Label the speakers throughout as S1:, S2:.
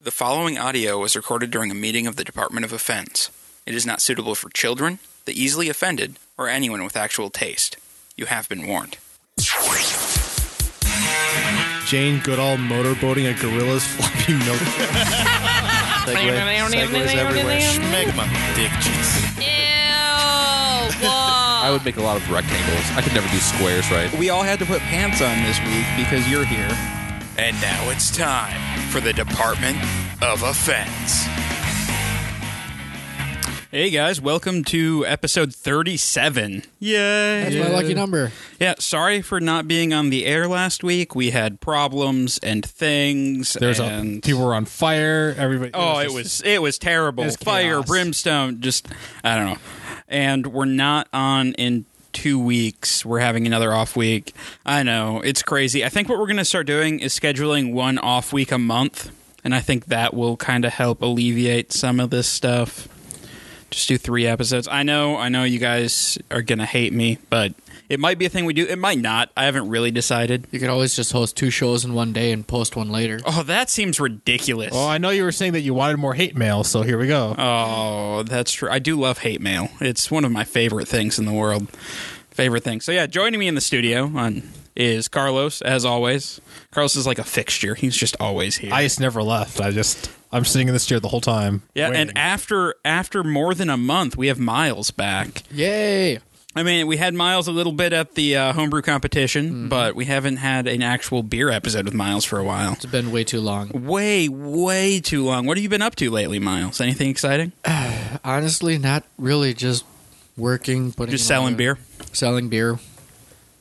S1: The following audio was recorded during a meeting of the Department of Offense. It is not suitable for children, the easily offended, or anyone with actual taste. You have been warned.
S2: Jane Goodall motorboating a gorilla's floppy milk. Segway- segues everywhere. Schmegma. Dick cheese.
S3: I would make a lot of rectangles. I could never do squares, right?
S1: We all had to put pants on this week because you're here. And now it's time for the Department of Offense. Hey guys, welcome to episode 37. Yay!
S4: That's my lucky number.
S1: Yeah, sorry for not being on the air last week. We had problems and things.
S4: There's
S1: and
S4: a people were on fire. Everybody.
S1: Oh, it was it was terrible.
S4: It was
S1: Fire,
S4: chaos.
S1: brimstone, just I don't know. And we're not on in two weeks. We're having another off week. I know it's crazy. I think what we're gonna start doing is scheduling one off week a month, and I think that will kind of help alleviate some of this stuff. Just do three episodes. I know, I know, you guys are gonna hate me, but it might be a thing we do. It might not. I haven't really decided.
S4: You could always just host two shows in one day and post one later.
S1: Oh, that seems ridiculous.
S2: Well, Oh, I know you were saying that you wanted more hate mail, so here we go.
S1: Oh, that's true. I do love hate mail. It's one of my favorite things in the world. Favorite thing. So yeah, joining me in the studio on is Carlos, as always. Carlos is like a fixture. He's just always here.
S2: Ice never left. I just I'm sitting in this chair the whole time.
S1: yeah,
S2: waiting.
S1: and after after more than a month, we have Miles back.
S4: Yay!
S1: I mean, we had Miles a little bit at the uh, homebrew competition, but we haven't had an actual beer episode with Miles for a while.
S4: It's been way too long.
S1: Way, way too long. What have you been up to lately, Miles? Anything exciting?
S4: Honestly, not really. Just working, putting
S1: Just
S4: in
S1: selling
S4: order-
S1: beer?
S4: selling beer.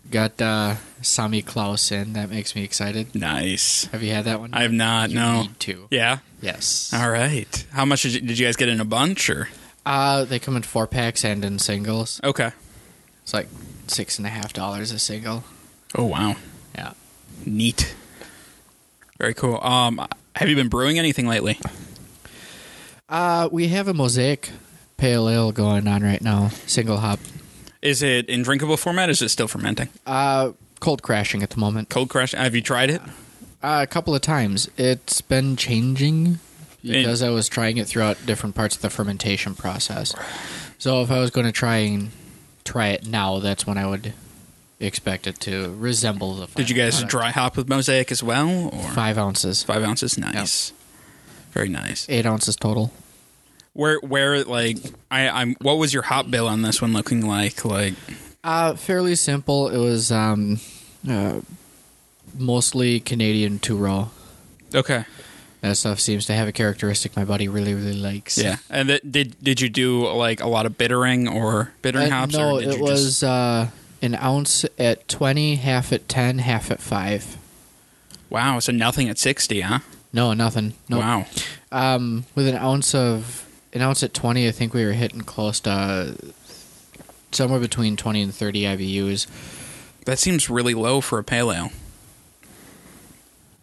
S4: Got uh, Sami Klaus in. That makes me excited.
S1: Nice.
S4: Have you had that one?
S1: I have not.
S4: You
S1: no.
S4: need to.
S1: Yeah.
S4: Yes.
S1: All right. How much did you, did you guys get in a bunch or?
S4: Uh, they come in four packs and in singles.
S1: Okay.
S4: It's like six and a half dollars a single.
S1: Oh wow.
S4: Yeah.
S1: Neat. Very cool. Um, have you been brewing anything lately?
S4: Uh, we have a mosaic pale ale going on right now, single hop.
S1: Is it in drinkable format? Is it still fermenting?
S4: Uh, cold crashing at the moment.
S1: Cold crash. Have you tried it?
S4: Uh, a couple of times. It's been changing because I was trying it throughout different parts of the fermentation process. So if I was going to try and try it now, that's when I would expect it to resemble the.
S1: Did you
S4: final
S1: guys
S4: product.
S1: dry hop with mosaic as well? Or
S4: Five ounces,
S1: five ounces. Nice. Very nice.
S4: eight ounces total.
S1: Where where like I I'm what was your hop bill on this one looking like? Like
S4: Uh, fairly simple. It was um, uh, mostly Canadian two row.
S1: okay.
S4: That stuff seems to have a characteristic my buddy really, really likes.
S1: Yeah. And that, did did you do like a lot of bittering or bittering
S4: Uh,
S1: hops
S4: no,
S1: or did
S4: it
S1: you
S4: was
S1: just
S4: uh, an ounce at 20, half at 10, half at 5.
S1: Wow, so nothing at 60, huh?
S4: No, nothing. No.
S1: Wow.
S4: Um, with an ounce of an ounce at 20, I think we were hitting close to uh, somewhere between 20 and 30 IBUs.
S1: That seems really low for a pale ale.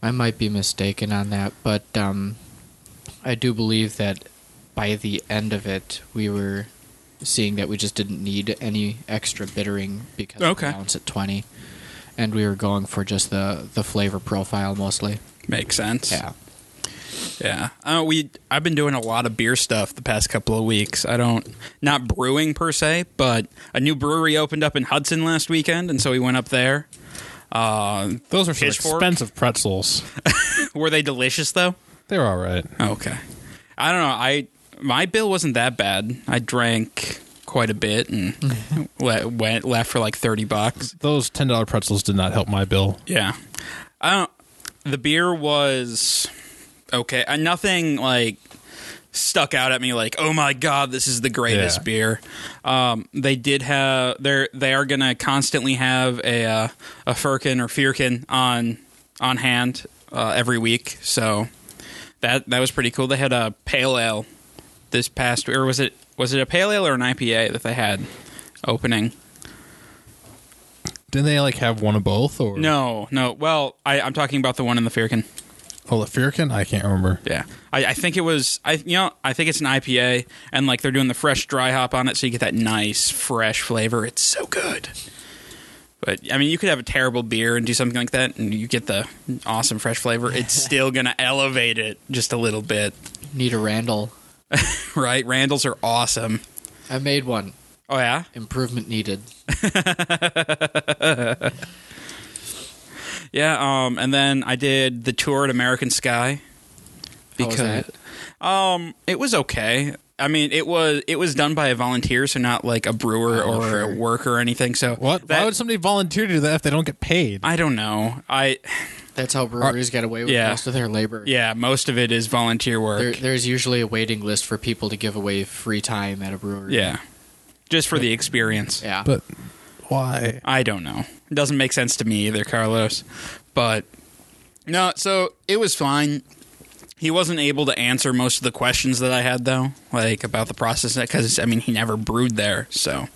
S4: I might be mistaken on that, but um, I do believe that by the end of it, we were seeing that we just didn't need any extra bittering because of
S1: Okay.
S4: the ounce at 20. And we were going for just the, the flavor profile mostly.
S1: Makes sense. Yeah. Uh, we I've been doing a lot of beer stuff the past couple of weeks. I don't not brewing per se, but a new brewery opened up in Hudson last weekend, and so we went up there. Uh,
S2: those are some
S1: Pitchfork?
S2: expensive pretzels.
S1: were they delicious though?
S2: They're all right.
S1: Oh, Okay. I don't know. I my bill wasn't that bad. I drank quite a bit and le- went left for like thirty bucks.
S2: Those ten dollar pretzels did not help my bill.
S1: Yeah. I don't the beer was okay. Uh, nothing like stuck out at me like, "Oh my god, this is the greatest
S2: Yeah.
S1: beer." Um, they did have they're they are going to constantly have a uh, a firkin or firkin on on hand uh, every week. So that that was pretty cool. They had a pale ale this past or was it was it a pale ale or an IPA that they had opening?
S2: Didn't they like have one of both or
S1: No, no. Well, I, I'm talking about the one in the firkin.
S2: Oh, the firkin? I can't remember.
S1: Yeah, I, I think it was. I you know I think it's an IPA, and like they're doing the fresh dry hop on it, so you get that nice fresh flavor. It's so good. But I mean, you could have a terrible beer and do something like that, and you get the awesome fresh flavor. It's still gonna elevate it just a little bit,
S4: Need a Randall.
S1: right? Randalls are awesome.
S4: I made one.
S1: Oh yeah,
S4: Improvement needed.
S1: yeah. Um, and then I did the tour at American Sky
S4: How was that?
S1: Um, it was okay. I mean, it was it was done by a volunteer, so not like a brewer
S4: Oh,
S1: or
S4: sure.
S1: a worker or anything. So
S2: What?
S1: That,
S2: Why would somebody volunteer to do that if they don't get paid?
S1: I don't know. I
S4: That's how breweries get away with
S1: Yeah.
S4: most of their labor.
S1: yeah, most of it is volunteer work.
S4: There, there's usually a waiting list for people to give away free time at a brewery.
S1: yeah, just for the experience.
S4: Yeah.
S2: But why?
S1: I don't know. It doesn't make sense to me either, Carlos. But no, so it was fine. He wasn't able to answer most of the questions that I had though, like about the process because I mean he never brewed there, so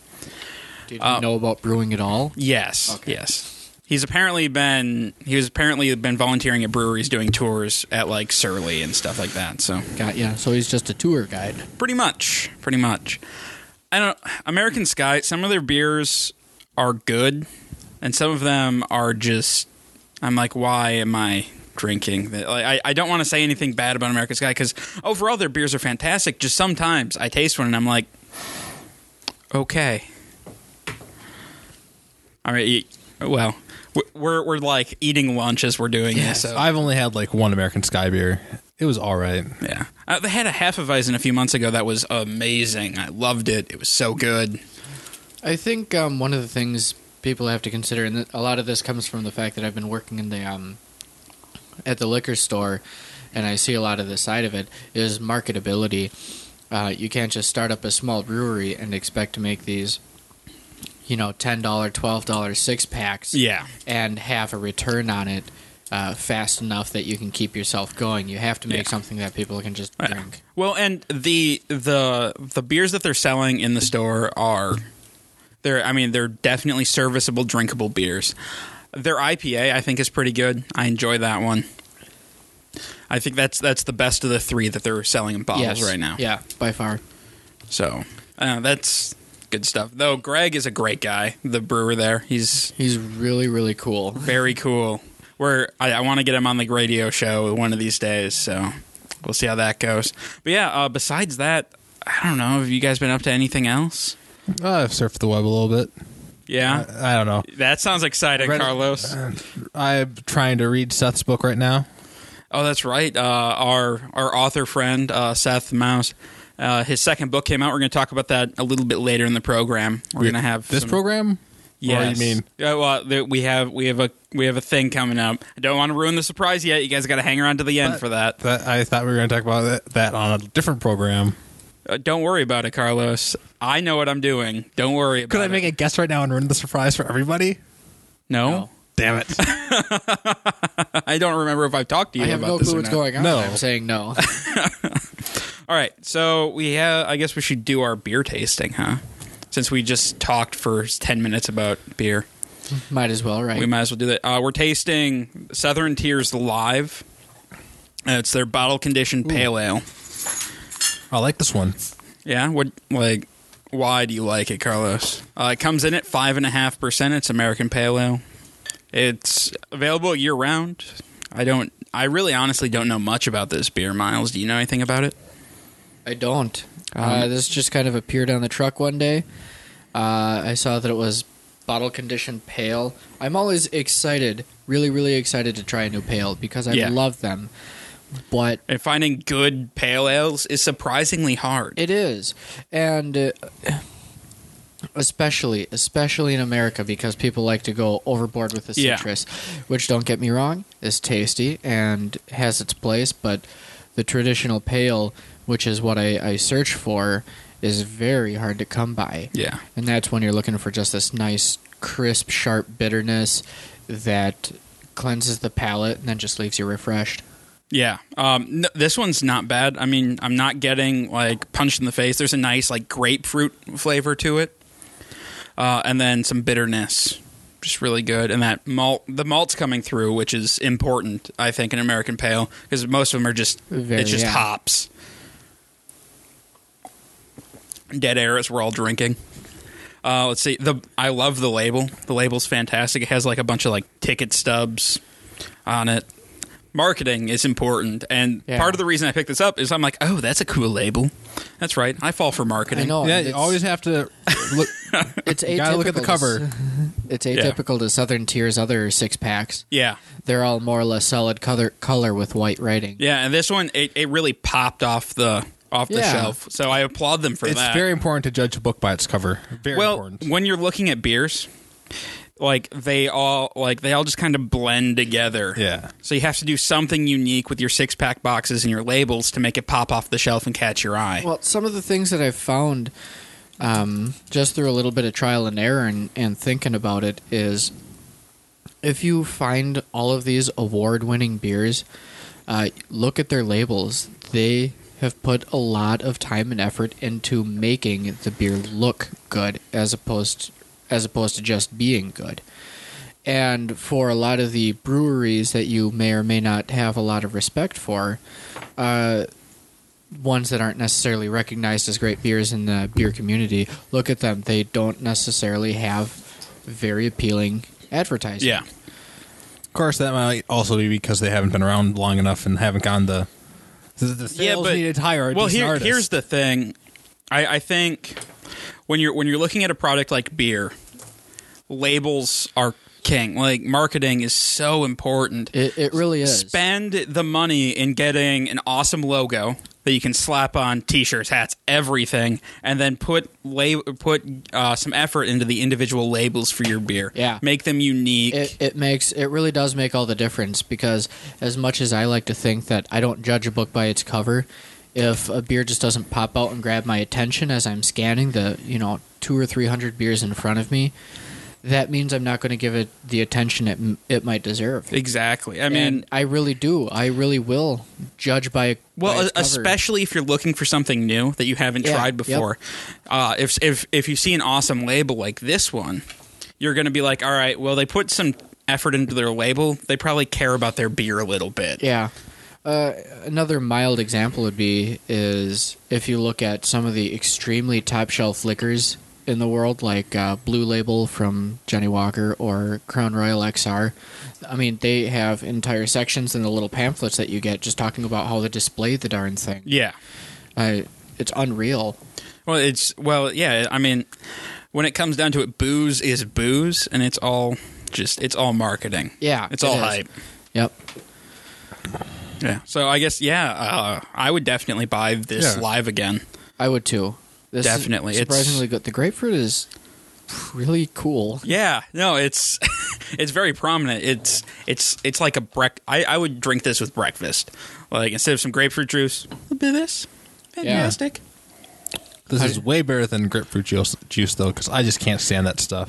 S4: Did you know
S1: um,
S4: about brewing at all?
S1: Yes.
S4: Okay.
S1: Yes. He's apparently been he was apparently been volunteering at breweries doing tours at like Surly and stuff like that. So
S4: Got yeah. So he's just a tour guide.
S1: pretty much, pretty much. I don't American Sky. Some of their beers are good, and some of them are just. I'm like, why am I drinking? that? Like, I I don't want to say anything bad about American Sky because overall their beers are fantastic. Just sometimes I taste one and I'm like, okay. I mean, y- well, w- we're we're like eating lunch as we're doing
S4: Yes,
S1: this. So.
S2: I've only had like one American Sky beer. It was all right.
S1: Yeah. Uh, they had a half of Eisen a few months ago that was amazing. I loved it. It was so good.
S4: I think um, one of the things people have to consider, and a lot of this comes from the fact that I've been working in the um, at the liquor store, and I see a lot of this side of it is marketability. Uh, you can't just start up a small brewery and expect to make these, you know, ten dollar, twelve dollar six packs,
S1: Yeah.
S4: and have a return on it uh, fast enough that you can keep yourself going. You have to make
S1: Yeah.
S4: something that people can just
S1: Yeah.
S4: drink.
S1: Well, and the the the beers that they're selling in the store are they're I mean, they're definitely serviceable drinkable beers. Their IPA I think is pretty good. I enjoy that one. I think that's that's the best of the three that they're selling in bottles
S4: Yes.
S1: right now.
S4: Yeah, by far.
S1: So uh, that's good stuff. Though Greg is a great guy, the brewer there. He's
S4: He's really, really cool.
S1: Very cool. We're I, I want to get him on the radio show one of these days, so we'll see how that goes. But yeah, uh, besides that, I don't know. Have you guys been up to anything else?
S2: Uh, I've surfed the web a little bit.
S1: Yeah,
S2: I, I don't know.
S1: that sounds exciting,
S2: Read-
S1: Carlos.
S2: uh, I'm trying to read Seth's book right now.
S1: Oh, that's right. Uh, our our author friend uh, Seth Mouse. Uh, his second book came out. We're going to talk about that a little bit later in the program. We're going to have
S2: this
S1: some-
S2: program.
S1: Yes.
S2: Or you mean
S1: Yeah, well, th- we have we have a we have a thing coming up. I don't want to ruin the surprise yet. You guys got to hang around to the end
S2: But-
S1: for that.
S2: that? I thought we were going to talk about that, that on a different program.
S1: Uh, don't worry about it, Carlos. I know what I'm doing. Don't worry about
S2: Could I make a guess right now and ruin the surprise for everybody?
S1: No.
S4: No.
S2: Damn it!
S1: I don't remember if I've talked to you
S4: I have
S1: about
S4: no
S1: this
S4: clue
S1: or
S4: what's
S1: not.
S4: going on.
S2: No.
S4: I'm saying no.
S1: All right. So we have I guess we should do our beer tasting, huh? Since we just talked for 10 minutes about beer.
S4: Might as well, right?
S1: We might as well do that. Uh, we're tasting Southern Tears Live. Uh, it's their bottle conditioned pale ale.
S2: I like this one.
S1: Yeah, what like why do you like it, Carlos? Uh, it comes in at five and a half percent. It's American Pale Ale. It's available year round. I don't. I really, honestly, don't know much about this beer. Miles, do you know anything about it?
S4: I don't. uh,
S1: Um,
S4: this just kind of appeared on the truck one day. Uh, I saw that it was bottle conditioned pale. I'm always excited, really, really excited to try a new pale because I
S1: Yeah.
S4: love them. But
S1: And finding good pale ales is surprisingly hard.
S4: it is, and uh, especially, especially in America, because people like to go overboard with the
S1: Yeah.
S4: citrus, which don't get me wrong, is tasty and has its place. But the traditional pale, which is what I, I search for, is very hard to come by.
S1: yeah,
S4: And that's when you're looking for just this nice, crisp, sharp bitterness that cleanses the palate and then just leaves you refreshed.
S1: yeah. Um, n- this one's not bad. I mean, I'm not getting like punched in the face. There's a nice like grapefruit flavor to it, uh, and then some bitterness. Just really good, and that malt, the malt's coming through, which is important, I think, in American Pale because most of them are just
S4: Very,
S1: it's just
S4: yeah.
S1: hops, dead air as we're all drinking. Uh, let's see. The I love the label. The label's fantastic. It has like a bunch of like ticket stubs on it. Marketing is important, and
S4: Yeah.
S1: part of the reason I picked this up is I'm like, oh, that's a cool label. That's right. I fall for marketing.
S4: I know.
S2: yeah,
S4: it's,
S2: you always have to look.
S4: it's atypical.
S2: you gotta look at the
S4: to
S2: cover.
S4: s- It's atypical to Southern Tier's other six packs.
S1: Yeah,
S4: They're all more or less solid color, color with white writing.
S1: yeah. And this one, it, it really popped off the off the
S4: Yeah.
S1: shelf. So I applaud them for
S2: It's
S1: that.
S2: very important to judge a book by its cover. Very
S1: well
S2: important.
S1: when you're looking at beers like they all like they all just kind of blend together
S2: Yeah.
S1: so you have to do something unique with your six pack boxes and your labels to make it pop off the shelf and catch your eye
S4: Well, some of the things that I've found um, just through a little bit of trial and error and, and thinking about it is if you find all of these award winning beers, uh, look at their labels. They have put a lot of time and effort into making the beer look good as opposed as opposed to just being good. And for a lot of the breweries that you may or may not have a lot of respect for, uh, ones that aren't necessarily recognized as great beers in the beer community, look at them. They don't necessarily have very appealing advertising.
S1: yeah
S2: of course, that might also be because they haven't been around long enough and haven't gone the. The, the
S1: Yeah,
S2: sales
S1: but-
S2: needed to hire a
S1: well
S2: decent
S1: here,
S2: artist.
S1: here's the thing I, I think when you're when you're looking at a product like beer labels are king like marketing is so important
S4: It, it really is.
S1: spend the money in getting an awesome logo that you can slap on t-shirts, hats, everything, and then put la- put uh, some effort into the individual labels for your beer.
S4: Yeah.
S1: make them unique.
S4: it, it makes it really does make all the difference because as much as I like to think that I don't judge a book by its cover, if a beer just doesn't pop out and grab my attention as I'm scanning the you know two or three hundred beers in front of me, that means I'm not going to give it the attention it m- it might deserve.
S1: exactly. I mean,
S4: and I really do. I really will judge by by
S1: Well,
S4: its
S1: e-
S4: cover.
S1: especially if you're looking for something new that you haven't
S4: Yeah,
S1: tried before. Uh, if if if you see an awesome label like this one, you're going to be like, all right, well, they put some effort into their label. They probably care about their beer a little bit.
S4: Yeah. Uh, another mild example would be is if you look at some of the extremely top shelf liquors in the world, like uh, Blue Label from Johnny Walker or Crown Royal XR. I mean, they have entire sections in the little pamphlets that you get just talking about how they display the darn thing.
S1: Yeah.
S4: I, it's unreal.
S1: Well, it's well, yeah. I mean, when it comes down to it, booze is booze, and it's all just it's all marketing.
S4: Yeah,
S1: it's
S4: it
S1: all
S4: is.
S1: hype.
S4: Yep.
S1: Yeah. So I guess yeah, uh, I would definitely buy this
S2: Yeah.
S1: live again.
S4: I would too. This is
S1: Definitely, it's-
S4: surprisingly good. The grapefruit is really cool.
S1: Yeah. No, it's it's very prominent. It's it's it's like a break. I, I would drink this with breakfast. Like instead of some grapefruit juice, a little bit of this. Fantastic.
S2: This is way better than grapefruit juice, juice though, because I just can't stand that stuff.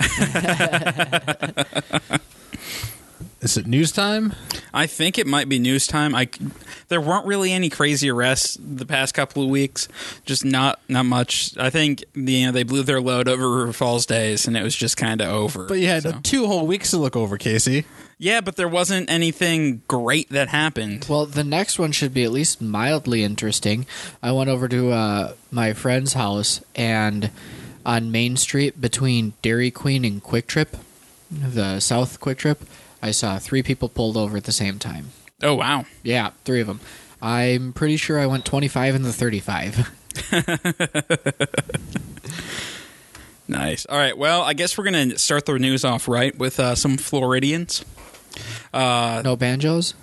S2: is it news time?
S1: I think it might be news time. I c- there weren't really any crazy arrests the past couple of weeks. Just not not much. I think you know they blew their load over River Falls days, and it was just kind of over.
S2: But you had
S1: So-
S2: two whole weeks to look over, Casey.
S1: yeah, but there wasn't anything great that happened.
S4: Well, the next one should be at least mildly interesting. I went over to uh, my friend's house and on Main Street between Dairy Queen and Quick Trip, the South Quick Trip, I saw three people pulled over at the same time.
S1: Oh wow,
S4: Yeah, three of them. I'm pretty sure I went 25 in the 35.
S1: nice. All right, well I guess we're gonna start the news off right with uh, some Floridians. Uh,
S4: no banjos?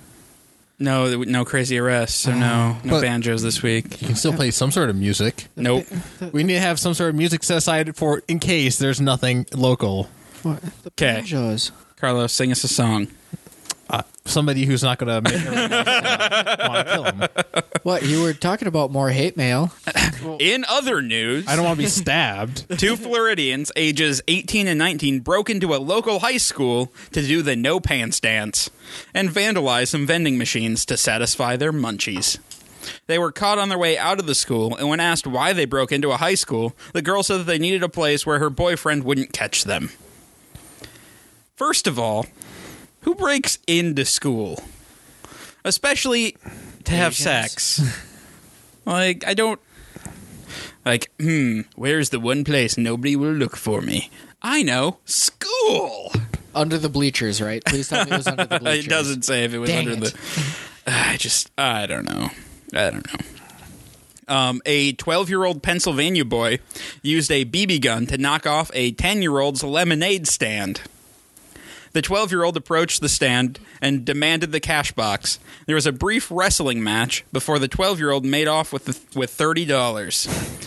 S1: No, there were no crazy arrests. So no no
S2: Uh, But-
S1: banjos this week.
S2: You can still play some sort of music.
S1: Nope.
S2: We need to have some sort of music set aside for in case there's nothing local.
S4: What? The
S1: 'Kay.
S4: banjos.
S1: Carlos, sing us a song.
S2: Somebody who's not going to make everyone else, uh, wanna kill him.
S4: What, you were talking about more hate mail?
S1: In other news,
S2: I don't want to be stabbed.
S1: Two Floridians, ages 18 and 19, broke into a local high school to do the no pants dance and vandalized some vending machines to satisfy their munchies. They were caught on their way out of the school, and when asked why they broke into a high school, the girl said that they needed a place where her boyfriend wouldn't catch them. First of all, who breaks into school? Especially to have
S4: Asians.
S1: sex. Like, I don't. Like, hmm, where's the one place nobody will look for me? I know, school.
S4: Under the bleachers, right? Please tell me it was under the bleachers.
S1: It doesn't say if it was
S4: Dang
S1: under
S4: it.
S1: the. I just I don't know. I don't know. Um, a 12 year old Pennsylvania boy used a BB gun to knock off a 10 year old's lemonade stand. The 12 year old approached the stand and demanded the cash box. There was a brief wrestling match before the 12 year old made off with, the, with $30.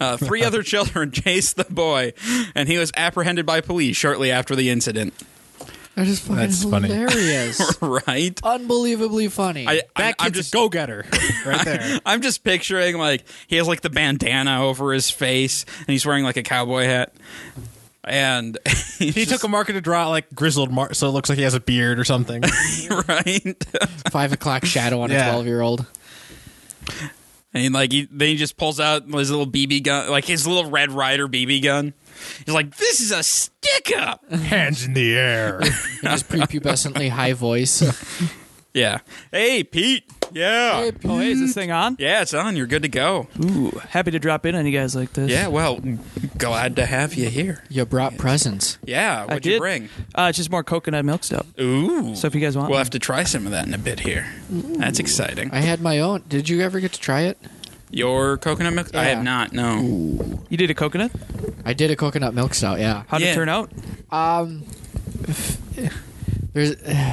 S1: Uh, three other children chased the boy, and he was apprehended by police shortly after the incident.
S4: That is fucking
S2: That's funny.
S4: hilarious.
S1: right?
S4: Oh, Unbelievably funny.
S1: I, I'm,
S2: That
S1: I'm
S2: kid's
S1: just
S2: a go getter right there.
S1: I'm just picturing like he has like the bandana over his face and he's wearing like a cowboy hat. And
S2: he took a marker to draw like grizzled mark, so it looks like he has a beard or something.
S1: right,
S4: Five o'clock shadow on a
S2: Yeah.
S4: twelve-year-old.
S1: and like he, then he just pulls out his little BB gun, like his little Red Rider BB gun. He's like, "This is a stick up."
S2: Hands in the air.
S4: In his prepubescently high voice.
S1: yeah. Hey, Pete. Yeah.
S5: Oh, hey, is this thing on?
S1: Yeah, it's on. You're good to go.
S5: Ooh, happy to drop in on you guys like this.
S1: Yeah. Well, glad to have you here.
S4: You brought presents.
S1: Yeah.
S5: I
S1: What'd
S5: did.
S1: you bring?
S5: Uh, it's just more coconut milk stuff.
S1: Ooh.
S5: So if you guys want
S1: we'll
S5: one.
S1: have to try some of that in a bit here. That's exciting.
S4: I had my own. Did you ever get to try it?
S1: Your coconut milk? I
S4: Yeah.
S1: have not. No.
S5: You did a coconut?
S4: I did a coconut milk stout. Yeah.
S5: How'd
S1: Yeah.
S5: it turn out?
S4: Um, there's.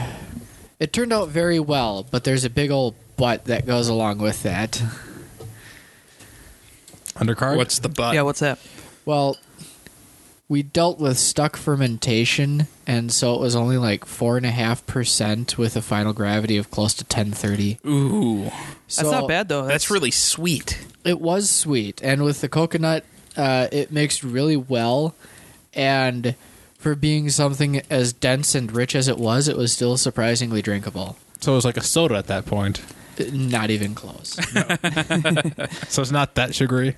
S4: It turned out very well, but there's a big old but that goes along with that.
S2: Undercard.
S1: What's the butt?
S5: yeah, what's that?
S4: Well, we dealt with stuck fermentation, and so it was only like four and a half percent with a final gravity of close to ten thirty.
S1: Ooh,
S5: That's not bad though.
S1: that's really sweet.
S4: It was sweet, and with the coconut, uh, it mixed really well. And for being something as dense and rich as it was, it was still surprisingly drinkable.
S2: So it was like a soda at that point.
S4: Uh, Not even close.
S2: So it's not that sugary.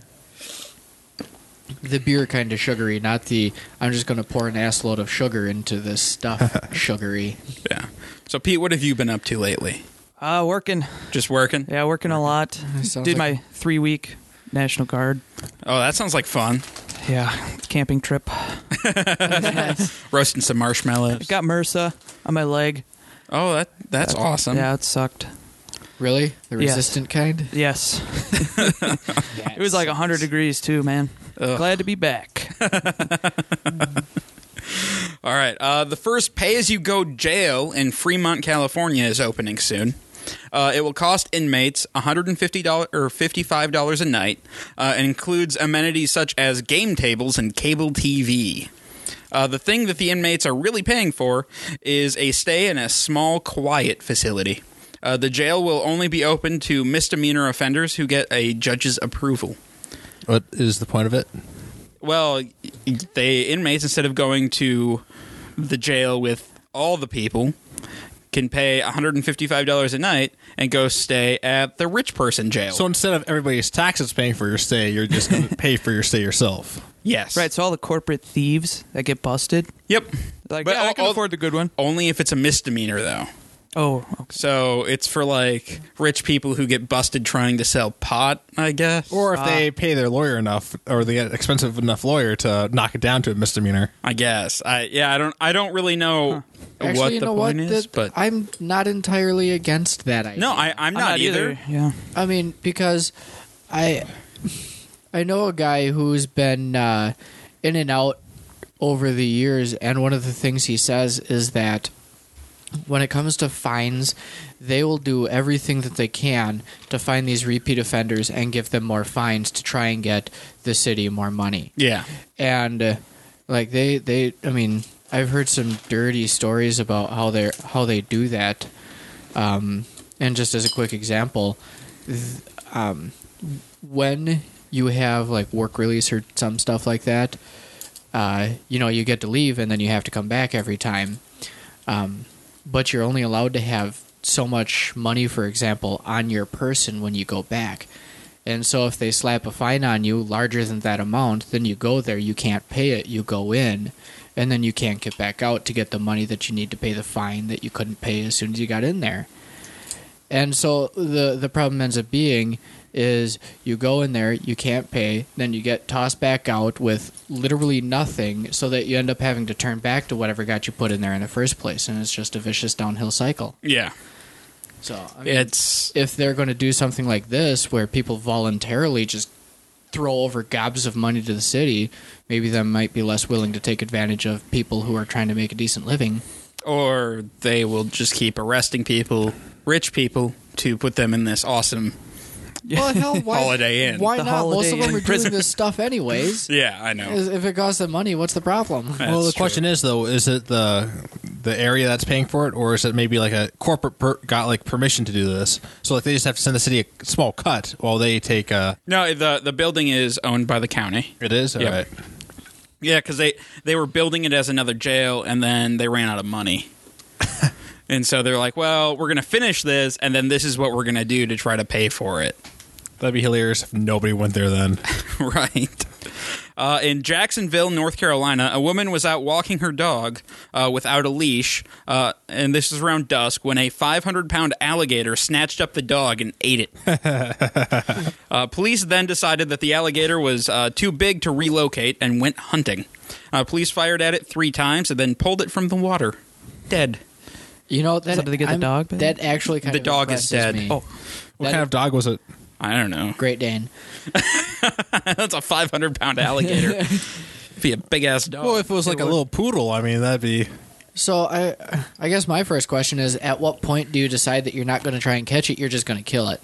S4: the beer kind of sugary, not the I'm just going to pour an ass load of sugar into this stuff sugary.
S1: Yeah. So, Pete, what have you been up to lately?
S5: uh working.
S1: Just working?
S5: Yeah, working a lot.
S4: sounds
S5: Did
S4: like-
S5: my three week National Guard.
S1: Oh, that sounds like fun.
S5: Yeah, camping trip.
S1: Roasting some marshmallows.
S5: Got MRSA on my leg.
S1: Oh, that that's awesome.
S5: Yeah, it sucked.
S4: Really? The
S5: Yes.
S4: resistant kind?
S5: Yes, it was like hundred degrees too, man.
S1: Ugh.
S5: Glad to be back.
S1: All right. Uh, the first pay as you go jail in Fremont, California is opening soon. Uh, it will cost inmates $150 or $55 a night uh, and includes amenities such as game tables and cable TV. Uh, the thing that the inmates are really paying for is a stay in a small, quiet facility. Uh, the jail will only be open to misdemeanor offenders who get a judge's approval.
S2: What is the point of it?
S1: Well, they inmates instead of going to the jail with all the people can pay $155 a night and go stay at the rich person jail.
S2: So instead of everybody's taxes paying for your stay, you're just going to pay for your stay yourself.
S1: yes.
S5: right, so all the corporate thieves that get busted,
S1: Yep.
S5: like
S1: But
S5: yeah, I
S1: all-
S5: can
S1: all-
S5: afford the good one.
S1: Only if it's a misdemeanor though.
S5: Oh, okay.
S1: So it's for like rich people who get busted trying to sell pot, I guess.
S2: Or if they pay their lawyer enough, or they get expensive enough lawyer to knock it down to a misdemeanor.
S1: I guess. I yeah, I don't I don't really know
S4: Actually,
S1: what
S4: you
S1: the
S4: know
S1: point
S4: what?
S1: is,
S4: That-
S1: but
S4: I'm not entirely against that idea.
S1: No, I I'm
S5: I'm
S1: not, either.
S5: Yeah,
S4: I mean, because I I know a guy who's been uh, in and out over the years, and one of the things he says is that when it comes to fines, they will do everything that they can to find these repeat offenders and give them more fines to try and get the city more money
S1: Yeah.
S4: and uh, like they they i mean i've heard some dirty stories about how they are how they do that um and just as a quick example th- um when you have like work release or some stuff like that uh you know you get to leave and then you have to come back every time um but you're only allowed to have so much money for example on your person when you go back and so if they slap a fine on you larger than that amount, then you go there, you can't pay it, you go in, and then you can't get back out to get the money that you need to pay the fine that you couldn't pay as soon as you got in there. And so the the problem ends up being is you go in there, you can't pay, then you get tossed back out with literally nothing, so that you end up having to turn back to whatever got you put in there in the first place, and it's just a vicious downhill cycle.
S1: Yeah.
S4: So I mean,
S1: It's
S4: if they're going to do something like this, where people voluntarily just throw over gobs of money to the city, maybe them might be less willing to take advantage of people who are trying to make a decent living.
S1: or they will just keep arresting people, rich people, to put them in this awesome.
S4: Well, hell, why,
S1: Holiday Inn.
S4: Why
S5: The
S4: not? Most
S5: Holiday
S4: of them
S5: Inn
S4: are doing this stuff anyways.
S1: Yeah, I know.
S4: Is- If it costs them money, what's the problem?
S1: That's
S2: well, the
S1: true.
S2: question is though, is it the the area that's paying for it, or is it maybe like a corporate per- got like permission to do this? So like they just have to send the city a small cut while they take a.
S1: No, the the building is owned by the county.
S2: It is all
S1: Yep.
S2: right.
S1: Yeah, because they they were building it as another jail, and then they ran out of money. And so they're like, "Well, we're going to finish this, and then this is what we're going to do to try to pay for it."
S2: That'd be hilarious if nobody went there then.
S1: right. Uh, in Jacksonville, North Carolina, a woman was out walking her dog uh, without a leash, uh, and this is around dusk when a 500 pound alligator snatched up the dog and ate it. uh, police then decided that the alligator was uh, too big to relocate and went hunting. Uh, police fired at it three times and then pulled it from the water. Dead.
S4: You know that
S5: So did they get the
S4: I'm-
S5: dog back?
S4: That actually kind
S1: The
S4: of
S1: dog is
S4: impresses
S1: dead.
S4: Me.
S5: Oh.
S2: What
S4: That-
S2: kind of dog was it?
S1: I don't know.
S4: Great Dane.
S1: That's a 500 pound alligator. Be a big ass dog.
S2: Well, if it was like a little poodle, I mean that'd be.
S4: So I, I guess my first question is: At what point do you decide that you're not going to try and catch it? You're just going to kill it.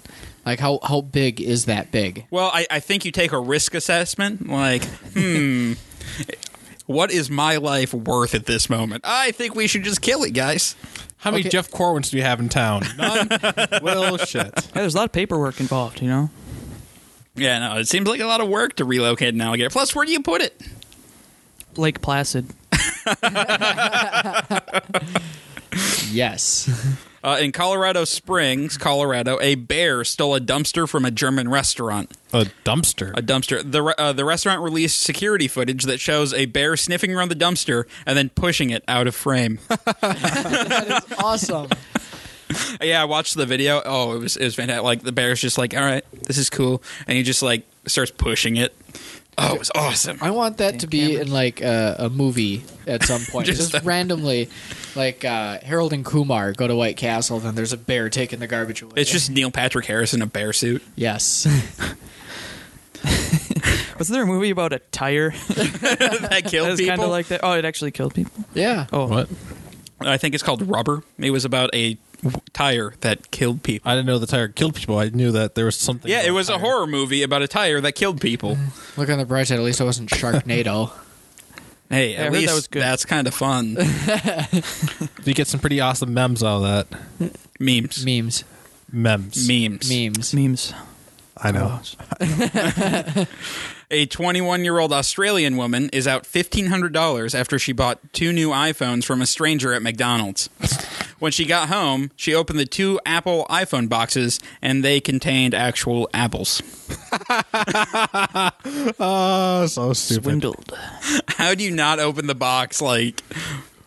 S4: Like how how big is that big?
S1: Well, I, I think you take a risk assessment. Like, hmm, what is my life worth at this moment? I think we should just kill it, guys.
S2: How many
S4: Okay.
S2: Jeff Corwins do you have in town? None. well, shit.
S5: Yeah, there's a lot of paperwork involved, you know?
S1: Yeah, no, it seems like a lot of work to relocate an alligator. Plus, where do you put it?
S5: Lake Placid.
S4: Yes.
S1: Uh, in Colorado Springs, Colorado, a bear stole a dumpster from a German restaurant.
S2: A dumpster.
S1: A dumpster. The re- uh, the restaurant released security footage that shows a bear sniffing around the dumpster and then pushing it out of frame.
S4: awesome.
S1: Yeah, I watched the video. Oh, it was it was fantastic. Like the bear's just like, all right, this is cool, and he just like starts pushing it. Oh, it was awesome.
S4: I want that to be
S5: Cameron.
S4: in like a, a movie at some point.
S1: Just
S4: just randomly, like uh, Harold and Kumar go to White Castle, then there's a bear taking the garbage away.
S1: It's just Neil Patrick Harris in a bear suit.
S4: yes.
S5: Was there a movie about a tire
S1: that
S5: that
S1: killed
S5: was kind
S1: people.
S5: of like that? Oh, it actually killed people.
S4: yeah.
S5: Oh,
S2: What?
S1: I think it's called Rubber. It was about a w- tire that killed people.
S2: I didn't know the tire killed people. I knew that there was something.
S1: Yeah,
S2: about
S1: it was a
S2: tire.
S1: horror movie about a tire that killed people.
S4: Look on the bright side. At least I wasn't Sharknado.
S1: Hey,
S5: I
S1: at
S5: heard that
S1: least
S5: was good.
S1: that's kind of fun.
S2: You get some pretty awesome memes out of that.
S1: Memes.
S4: Memes.
S2: Memes.
S1: Memes.
S4: Memes.
S5: memes.
S2: I know.
S1: A 21 year old Australian woman is out $1,500 after she bought two new iPhones from a stranger at McDonald's. when she got home, she opened the two Apple iPhone boxes and they contained actual apples.
S2: Oh, so stupid.
S5: Swindled.
S1: How do you not open the box like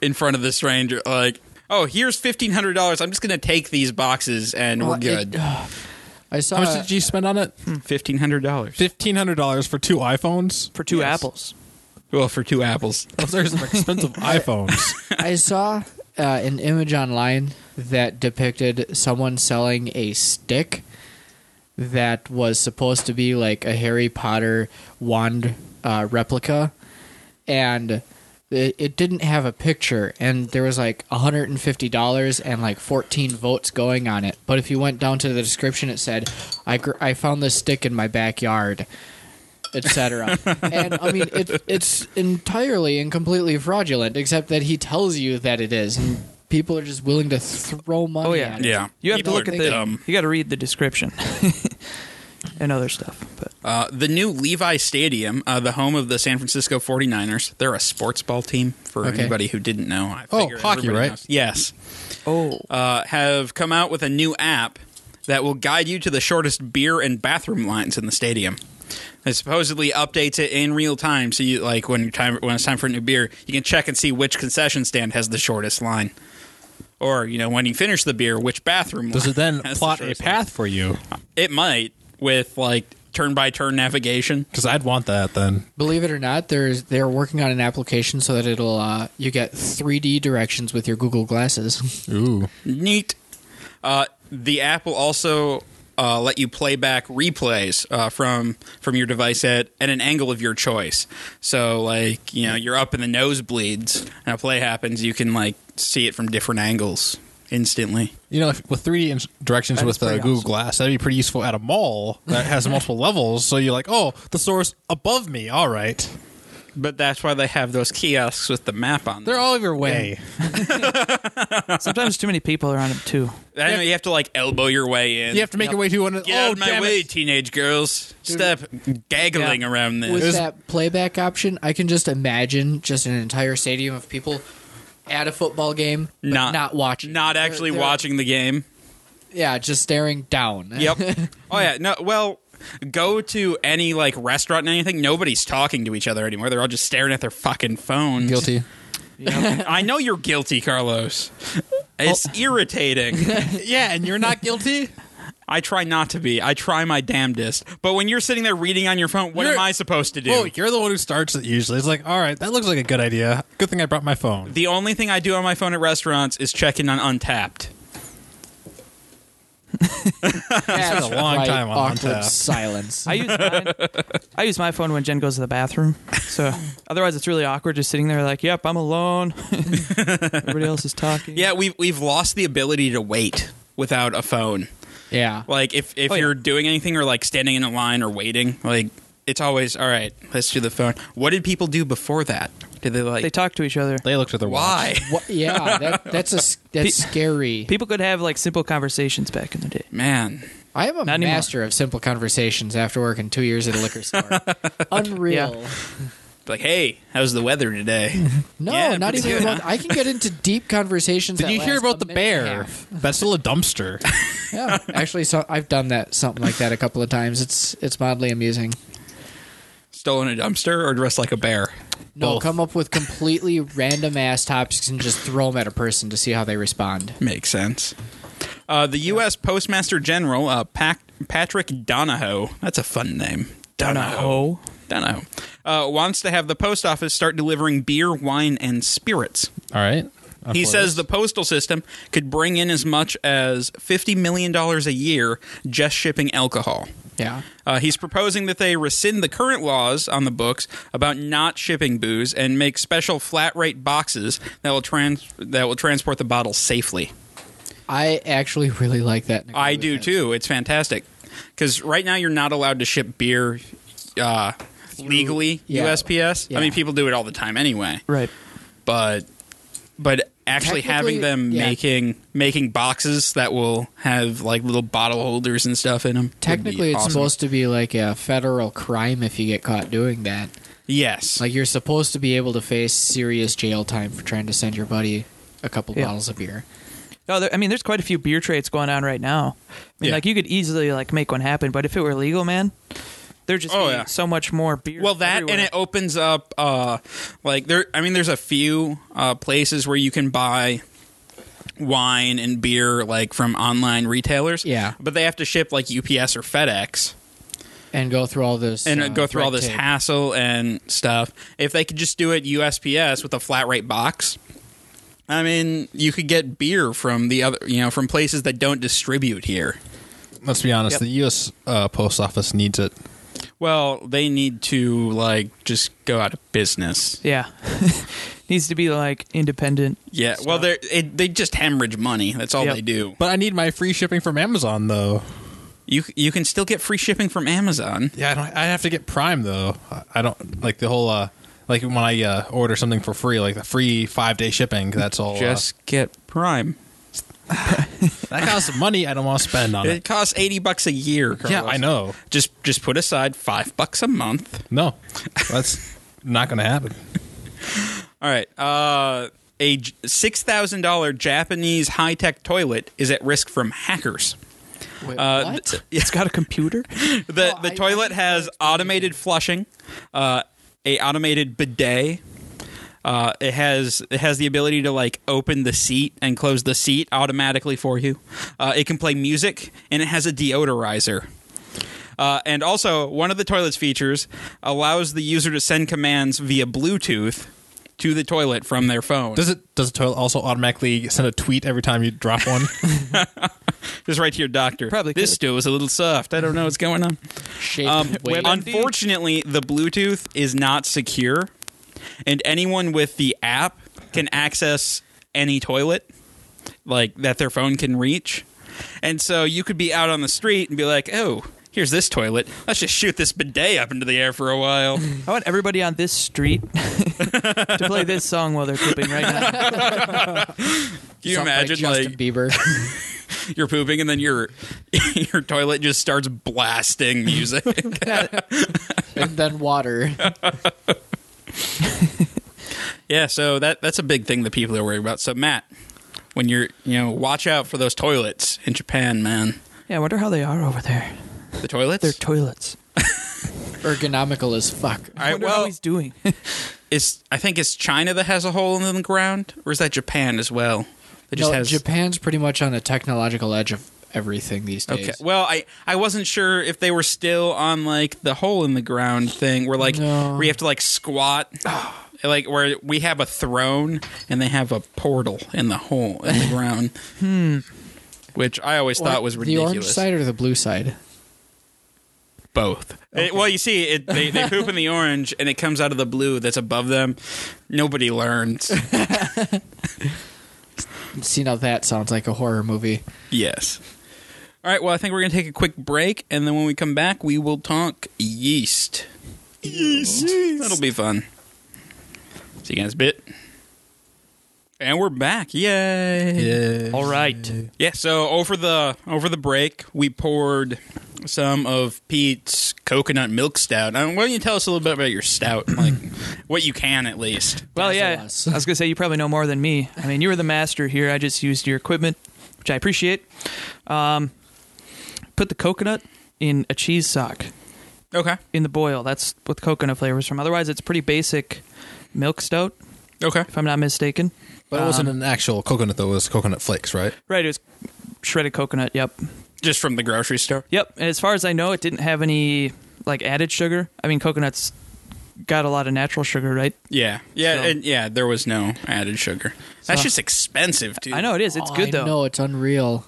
S1: in front of the stranger? Like, oh, here's $1,500. I'm just going to take these boxes and we're
S4: Well, it-
S1: good.
S4: I saw.
S2: How much Oh, did you spend on it?
S1: $1,500.
S2: Fifteen hundred dollars for two iPhones.
S5: For two
S1: Yes.
S5: apples.
S1: Well, for two apples.
S2: There's some expensive iPhones.
S4: I saw uh, an image online that depicted someone selling a stick that was supposed to be like a Harry Potter wand uh, replica, and it, it didn't have a picture. And there was like $150 and like 14 votes going on it. But if you went down to the description, it said, "I gr- I found this stick in my backyard." etc. and I mean, it, it's entirely and completely fraudulent, except that he tells you that it is, and people are just willing to throw money.
S5: Oh, yeah.
S4: at it.
S1: Yeah.
S5: You have
S1: People
S5: to look
S1: are
S5: at the.
S1: dumb.
S5: You got to read the description and other stuff. But
S1: Uh, the new Levi Stadium, uh, the home of the San Francisco 49ers, they're a sports ball team for
S4: Okay.
S1: anybody who didn't know. I
S2: Oh,
S1: figure
S2: hockey,
S1: everybody
S2: right?
S1: knows. Yes.
S5: oh,
S1: Uh, have come out with a new app that will guide you to the shortest beer and bathroom lines in the stadium. It supposedly updates it in real time, so you like when your time when it's time for a new beer, you can check and see which concession stand has the shortest line. Or, you know, when you finish the beer, which bathroom?
S2: Does it then
S1: That's the
S2: plot a
S1: choice.
S2: path for you?
S1: It might with like turn by turn navigation.
S2: Because I'd want that then.
S4: Believe it or not, there's they're working on an application so that it'll uh, you get 3D directions with your Google glasses.
S2: Ooh.
S1: Neat. Uh, the app will also uh, let you play back replays uh, from from your device at, at an angle of your choice. So, like you know, you're up in the nosebleeds, and a play happens. You can like see it from different angles instantly.
S2: You know, if, with 3D ins- directions
S4: That is
S2: with uh,
S4: pretty
S2: Google
S4: awesome.
S2: Glass, that'd be pretty useful at a mall that has multiple levels. So you're like, oh, the store's above me. All right.
S1: But that's why they have those kiosks with the map on.
S2: They're
S1: them.
S2: all of your way.
S5: Sometimes too many people are on them too.
S1: I know you have to like elbow your way in.
S2: You have to make your way to one.
S1: Get
S2: oh,
S1: out of my
S2: damn
S1: way,
S2: It.
S1: teenage girls. Stop gaggling
S5: Yeah.
S1: around this.
S4: With that playback option, I can just imagine just an entire stadium of people at a football game, but not, watching,
S1: Not
S4: They're-
S1: actually
S4: they're-
S1: watching the game.
S4: Yeah, just staring down.
S1: Yep. oh yeah. No. Well, go to any like restaurant and anything. Nobody's talking to each other anymore. They're all just staring at their fucking phones.
S4: Guilty.
S1: I know you're guilty, Carlos. It's irritating.
S2: Oh. Yeah, and you're not guilty.
S1: I try not to be. I try my damnedest. But when you're sitting there reading on your phone, what
S2: You're-
S1: am I supposed to do?
S2: Oh, you're the one who starts it usually. It's like, all right, that looks like a good idea. Good thing I brought my phone.
S1: the only thing I do on my phone at restaurants is check in on Untapped.
S4: That's
S2: spent a long
S4: right,
S2: time on
S4: awkward
S2: tap.
S4: silence.
S5: I use mine. I use my phone when Jen goes to the bathroom. So otherwise, it's really awkward just sitting there like, "Yep, I'm alone. Everybody else is talking."
S1: Yeah, we've we've lost the ability to wait without a phone.
S4: yeah.
S1: Like if if
S5: Oh, yeah.
S1: you're doing anything or like standing in a line or waiting, like it's always all right. Let's do the phone. What did people do before that? Did they like
S5: they talk to each other.
S2: They looked at their
S1: why?
S2: watch.
S4: What, yeah, that, that's a s-
S5: Pe-
S4: that's scary.
S5: People could have like simple conversations back in the day.
S1: Man,
S4: I am a
S5: Not anymore.
S4: master of simple conversations after working two years at a liquor store. Unreal.
S1: like hey, how's the weather today?
S4: No,
S1: Yeah,
S4: not
S1: pretty
S4: even.
S1: good,
S4: about- I can get into deep conversations.
S2: Did
S4: that
S2: you hear
S4: last
S2: about
S4: a
S2: the
S4: minute and a
S2: bear?
S4: half.
S2: That's still a dumpster.
S4: Yeah, actually, so I've done that something like that a couple of times. It's it's mildly amusing.
S1: Stolen a dumpster or dressed like a bear?
S4: No,
S2: Both.
S4: come up with completely random ass topics and just throw them at a person to see how they respond.
S1: Makes sense. Uh, the U.S. Postmaster General uh, Pac- Patrick Donahoe. That's a fun name.
S5: Donahoe.
S1: Donahoe uh, wants to have the post office start delivering beer, wine, and spirits.
S2: All right. I'm
S1: He
S2: for
S1: says
S2: this.
S1: the postal system could bring in as much as $50 million a year just shipping alcohol.
S4: Yeah,
S1: Uh, he's proposing that they rescind the current laws on the books about not shipping booze and make special flat rate boxes that will trans- that will transport the bottle safely.
S4: I actually really like that. and agree
S1: I
S4: with
S1: do
S4: it.
S1: too. It's fantastic because right now you're not allowed to ship beer uh, legally
S4: yeah.
S1: USPS. I
S4: Yeah.
S1: mean, people do it all the time anyway,
S5: Right.
S1: but but actually having
S4: Technically,
S1: them
S4: yeah.
S1: making making boxes that will have like little bottle holders and stuff in them.
S4: Technically, it's supposed to be like a federal crime if you get caught doing that.
S1: yes.
S4: Like you're supposed to be able to face serious jail time for trying to send your buddy a couple
S5: Yeah.
S4: bottles of beer.
S5: No, Oh, there, I mean, there's quite a few beer trades going on right now. I mean,
S1: Yeah.
S5: Like you could easily like make one happen, but if it were legal, man, there'd just
S1: Oh,
S5: be
S1: yeah.
S5: so much more beer.
S1: well that
S5: everywhere.
S1: and it opens up uh like there i mean there's a few uh places where you can buy wine and beer like from online retailers
S4: Yeah.
S1: but they have to ship like ups or fedex
S4: And go through all this
S1: and
S4: uh,
S1: go through all
S4: red
S1: this
S4: tape.
S1: hassle and stuff if they could just do it usps with a flat rate box i mean you could get beer from the other you know from places that don't distribute here
S2: let's be honest,
S5: Yep.
S2: the U.S. Uh, Post Office needs it.
S1: well they need to like just go out of business
S5: yeah, needs to be like independent.
S1: Yeah, well, they it, they just hemorrhage money. That's all
S5: Yep.
S1: they do.
S2: But I need my free shipping from Amazon though.
S1: You you can still get free shipping from Amazon.
S2: Yeah, I don't. I have to get Prime though. I- I don't like the whole. uh Like when I uh, order something for free, like the free five day shipping. That's all. uh,
S1: Just get Prime.
S2: that costs money. I don't want to spend on
S1: It
S2: it.
S1: costs eighty bucks a year. Carlos.
S2: Yeah, I know.
S1: Just just put aside five bucks a month.
S2: No, that's not going to happen.
S1: All right. Uh, a j- six thousand dollar Japanese high tech toilet is at risk from hackers.
S4: Wait,
S1: Uh,
S4: what?
S1: th-
S5: It's got a computer.
S1: the
S4: Well,
S1: the
S4: I-
S1: toilet
S4: I-
S1: has automated flushing, uh, a automated bidet, Uh, it has it has the ability to like open the seat and close the seat automatically for you. Uh, it can play music and it has a deodorizer. Uh, and also, one of the toilet's features allows the user to send commands via Bluetooth to the toilet from their phone.
S2: Does it? Does the toilet also automatically send a tweet every time you drop one?
S1: Just right to your doctor.
S5: Probably
S1: this
S5: could.
S1: stool is a little soft. I don't know what's going on.
S4: Shape,
S1: Um,
S4: weight.
S5: on-
S1: unfortunately, the Bluetooth is not secure, and anyone with the app can access any toilet like that their phone can reach. And so you could be out on the street and be like, "Oh, here's this toilet. Let's just shoot this bidet up into the air for a while."
S5: I want everybody on this street to play this song while they're pooping right now.
S1: Can you
S4: Sounds
S1: imagine
S4: Justin
S1: like
S4: Bieber?
S1: you're pooping and then your your toilet just starts blasting music?
S4: and then water.
S1: yeah, so that that's a big thing that people are worried about. So Matt, when you're, you know, watch out for those toilets in Japan, man.
S5: Yeah, I wonder how they are over there.
S1: The toilets?
S5: They're toilets.
S4: Ergonomical as fuck.
S1: All right.
S5: I wonder how
S1: Well,
S5: he's doing.
S1: it's I think it's China that has a hole in the ground, or is that Japan as well? That just
S4: No,
S1: has.
S4: Japan's pretty much on the technological edge of everything these days.
S1: okay. Well, I I wasn't sure if they were still on like the hole in the ground thing, where like
S4: No.
S1: we have to like squat. Like where we have a throne and they have a portal in the hole in the ground, hmm. which I always thought was
S4: The orange
S1: ridiculous.
S4: side or the blue side?
S1: Both. It- well, you see, it, they they poop in the orange and it comes out of the blue that's above them. Nobody learns.
S4: See now that sounds like a horror movie.
S1: Yes. All right, well, I think we're going to take a quick break, and then when we come back, we will talk yeast. Yeast. That'll be fun. See you guys a bit. And we're back. Yay. Yeah.
S5: All right.
S1: so over the over the break, we poured some of Pete's coconut milk stout. Um, why don't you tell us a little bit about your stout? Like what you can at least.
S5: Well,
S4: Dazzle
S5: yeah.
S4: us.
S5: I was gonna say you probably know more than me. I mean, you were the master here. I just used your equipment, which I appreciate. Um, put the coconut in a cheese sock
S1: Okay.
S5: in the boil. That's what the coconut flavor is from. Otherwise, it's pretty basic milk stout,
S1: Okay.
S5: if I'm not mistaken.
S2: But it
S1: Um,
S2: wasn't an actual coconut though. It was coconut flakes, right?
S5: Right? It was shredded coconut. Yep.
S1: Just from the grocery store.
S5: Yep. And as far as I know, it didn't have any like added sugar. I mean, coconuts got a lot of natural sugar, right?
S1: Yeah, yeah,
S5: So-
S1: and yeah. There was no added sugar. That's
S5: So-
S1: just expensive, dude.
S5: I know it is. It's
S4: Oh,
S5: good
S4: I
S5: though.
S4: know, it's unreal.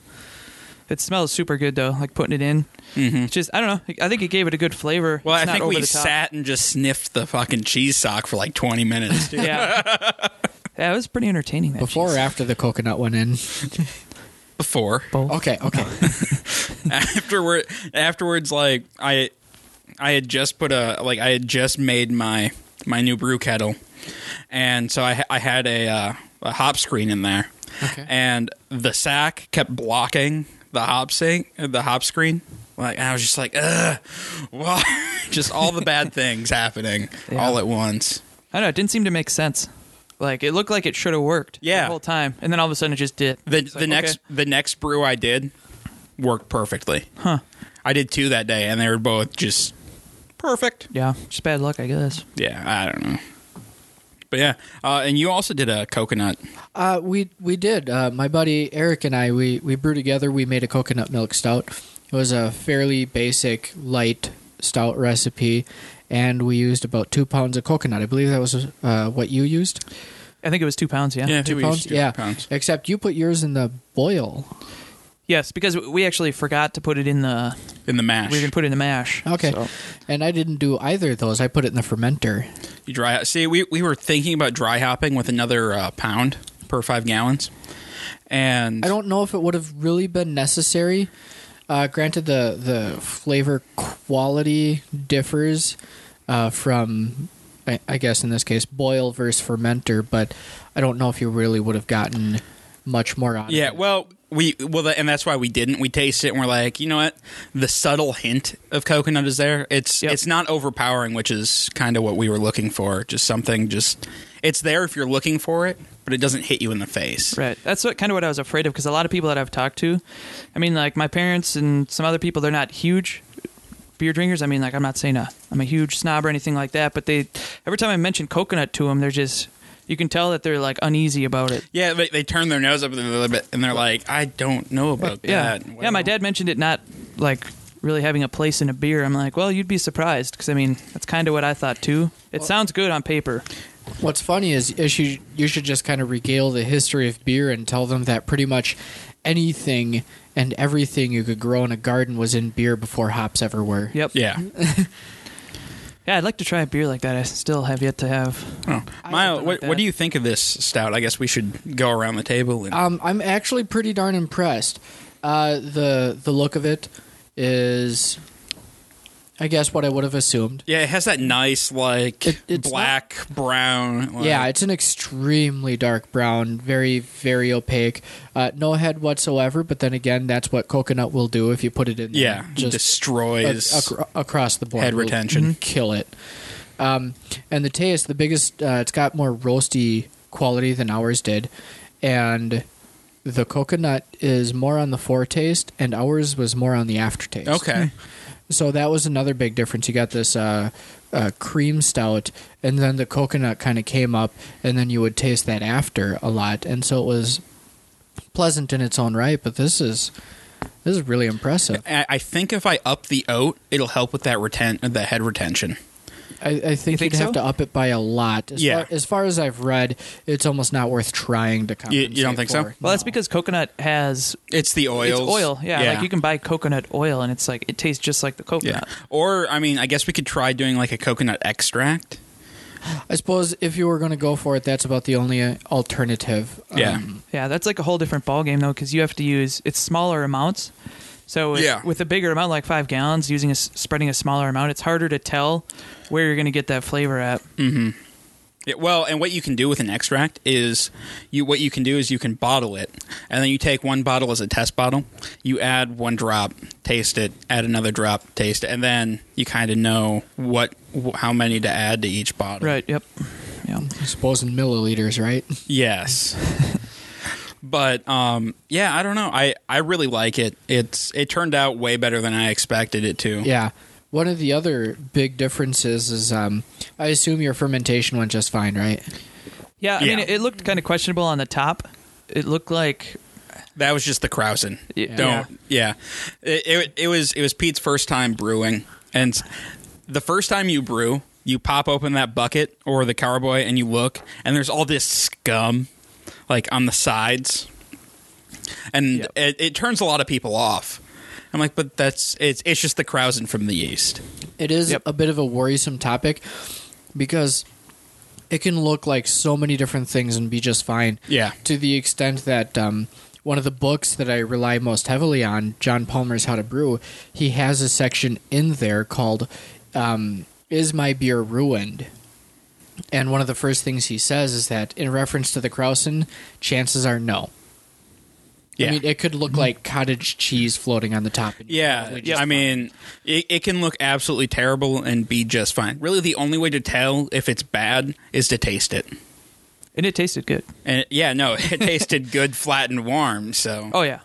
S5: It smells super good though. Like putting it in. It's just I don't know. I think it gave it a good flavor.
S1: Mm-hmm. Well,
S5: It's
S1: I
S5: not
S1: think
S5: over
S1: we
S5: the top.
S1: sat and just sniffed the fucking cheese sock for like twenty minutes. Dude.
S5: yeah. yeah, it was pretty entertaining. That
S4: Before or
S5: cheese.
S4: after the coconut went in?
S1: Before,
S4: Okay, okay.
S1: afterward, afterwards, like I, I had just put a like I had just made my my new brew kettle, and so I I had a uh, a hop screen in there,
S4: Okay.
S1: and the sack kept blocking the hop sink, the hop screen. Like I was just like, ugh, why? just all the bad things happening all at once.
S5: I don't know. It didn't seem to make sense. Like it looked like it should have worked.
S1: Yeah.
S5: the whole time, and then all of a sudden it just did.
S1: The
S5: It's
S1: the
S5: like, okay.
S1: next the next brew I did worked perfectly. Huh. I did two that day, and they were both just perfect.
S5: Yeah, just bad luck, I guess.
S1: Yeah, I don't know. But yeah, uh, and you also did a coconut.
S4: Uh, we we did. Uh, my buddy Eric and I we we brewed together. We made a coconut milk stout. It was a fairly basic light stout recipe, and we used about two pounds of coconut. I believe that was uh, what you used.
S5: I think it was two pounds. Yeah.
S1: two
S4: pounds. Yeah. Except you put yours in the boil.
S5: Yes, because we actually forgot to put it in the.
S1: in the mash.
S5: We were gonna put it in the mash.
S4: Okay.
S5: so-
S4: And I didn't do either of those. I put it in the fermenter.
S1: You dry see we we were thinking about dry hopping with another uh, pound per five gallons, and
S4: I don't know if it would have really been necessary. Uh, granted, the the flavor quality differs uh, from, I, I guess in this case, boil versus fermenter. But I don't know if you really would have gotten much more out.
S1: Yeah,
S4: of it.
S1: well, we well, the, and that's why we didn't. We tasted it and we're like, you know what? The subtle hint of coconut is there. It's
S5: Yep.
S1: it's not overpowering, which is kind of what we were looking for. Just something, just it's there if you're looking for it, but it doesn't hit you in the face.
S5: Right. That's what kind of what I was afraid of because a lot of people that I've talked to, I mean, like my parents and some other people, they're not huge beer drinkers. I mean, like I'm not saying i I'm a huge snob or anything like that, but they every time I mention coconut to them, they're just You can tell that they're like uneasy about it.
S1: Yeah, they, they turn their nose up a little bit and they're like, I don't know about
S5: Yeah,
S1: that.
S5: yeah. My dad mentioned it not like really having a place in a beer. I'm like, well, you'd be surprised because I mean that's kind of what I thought too. It sounds good on paper.
S4: What's funny is you should, you should just kind of regale the history of beer and tell them that pretty much anything and everything you could grow in a garden was in beer before hops ever were.
S5: Yep.
S1: Yeah.
S5: Yeah, I'd like to try a beer like that. I still have yet to have.
S1: Oh.
S4: I
S1: Mile, what,
S5: don't like
S1: what
S5: that. Uh,
S1: do you think of this stout? I guess we should go around the table. And,
S4: Um, I'm actually pretty darn impressed. Uh, the the look of it is, I guess, what I would have assumed.
S1: yeah, it has that nice, like,
S4: It- it's
S1: black, brown. Like,
S4: Yeah, it's an extremely dark brown, very very opaque. Uh, no head whatsoever. But then again, that's what coconut will do if you put it in. There.
S1: yeah,
S4: a-
S1: destroys.
S4: acro- across the board. Mm-hmm.
S1: head
S4: will
S1: retention.
S4: kill it. Um, and the taste, the biggest, uh, it's got more roasty quality than ours did, and the coconut is more on the foretaste, and ours was more on the aftertaste.
S1: okay.
S4: So that was another big difference. You got this uh, uh, cream stout, and then the coconut kind of came up, and then you would taste that after a lot, and so it was pleasant in its own right. But this is this is really impressive.
S1: I, I think if I up the oat, it'll help with that retent, the head retention.
S4: I, I think you
S5: think
S4: would
S5: so?
S4: have to up it by a lot. As
S1: Yeah.
S4: Far, as far as I've read, it's almost not worth trying to
S1: you
S4: compensate.
S1: don't think so?
S4: for.
S5: Well, that's
S4: No.
S5: because coconut has
S1: It's the oils.
S5: it's oil. Yeah, like you can buy coconut oil and it's like it tastes just like the
S1: Yeah.
S5: coconut.
S1: Or, I mean, I guess we could try doing, like, a coconut extract.
S4: I suppose if you were going to go for it, that's about the only uh, alternative.
S5: Um,
S4: uh,
S1: Yeah.
S5: Yeah, that's like a whole different ballgame though, because you have to use it's smaller amounts. So with,
S1: Yeah.
S5: with a bigger amount, like five gallons, using a s- spreading a smaller amount, it's harder to tell where you're going to get that flavor at.
S1: Mm. Yeah, well, and what you can do with an extract is you what you can do is you can bottle it, and then you take one bottle as a test bottle. You add one drop, taste it, add another drop, taste it, and then you kind of know what wh- how many to add to each bottle.
S5: Right. Yep. Yeah.
S4: I suppose in milliliters, right?
S1: Yes. but um, yeah, I don't know. I I really like it. It's it turned out way better than I expected it to.
S4: yeah. One of the other big differences is um, I assume your fermentation went just fine, right?
S5: Yeah. I mean,
S1: Yeah.
S5: it, it looked kind of questionable on the top. It looked like
S1: That was just the Krausen.
S5: Yeah.
S1: Don't. Yeah. It, it it was it was Pete's first time brewing, and s- the first time you brew, you pop open that bucket or the carboy, and you look, and there's all this scum, like on the sides, and
S5: Yep.
S1: it, it turns a lot of people off. I'm like, but that's it's it's just the Krausen from the yeast.
S4: It is
S5: Yep.
S4: a bit of a worrisome topic because it can look like so many different things and be just fine.
S1: Yeah.
S4: To the extent that um, one of the books that I rely most heavily on, John Palmer's How to Brew, he has a section in there called um, Is My Beer Ruined? And one of the first things he says is that in reference to the Krausen, chances are no.
S1: Yeah. Mm-hmm.
S4: I mean, it could look like cottage cheese floating on the top. and you're
S1: Yeah,
S4: probably just
S1: I
S4: fine.
S1: mean, it, it can look absolutely terrible and be just fine. Really, the only way to tell if it's bad is to taste it.
S5: and it tasted good.
S1: And it- yeah, no, it tasted good, flat, and warm. So,
S5: Oh yeah.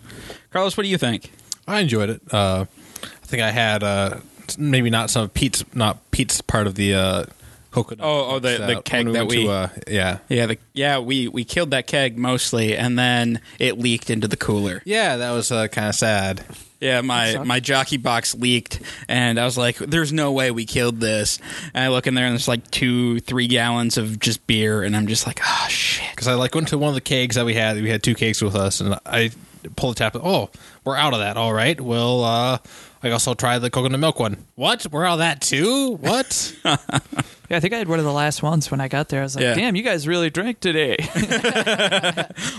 S1: Carlos, what do you think?
S2: I enjoyed it. Uh, I think I had uh, maybe not some of Pete's not Pete's part of the uh, coconut.
S1: Oh, oh, the-
S2: stout
S1: the
S2: when
S1: keg that
S2: went
S1: we-
S2: to, uh, yeah
S1: Yeah, the, yeah, we we killed that keg mostly, and then it leaked into the cooler.
S2: yeah that was uh, kind of sad.
S1: Yeah, my
S5: sucks.
S1: my jockey box leaked, and I was like, "There's no way we killed this." And I look in there, and there's like two, three gallons of just beer, and I'm just like, "Ah, shit."
S2: because I like went to one of the kegs that we had. We had two kegs with us, and I pulled the tap. Oh, we're out of that. All right. Well, uh, I guess I'll try the coconut milk one. What? We're out of that too. What?
S5: Yeah, I think I had one of the last ones when I got there. I was like,
S1: Yeah.
S5: "Damn, you guys really drank today."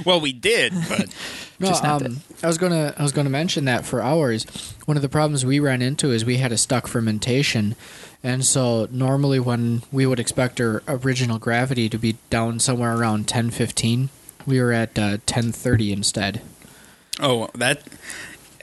S1: Well, we did, but
S4: No,
S5: Just not
S4: um, I was gonna I was gonna mention that for ours, one of the problems we ran into is we had a stuck fermentation, and so normally when we would expect our original gravity to be down somewhere around ten fifteen, we were at uh, ten thirty instead.
S1: Oh, that.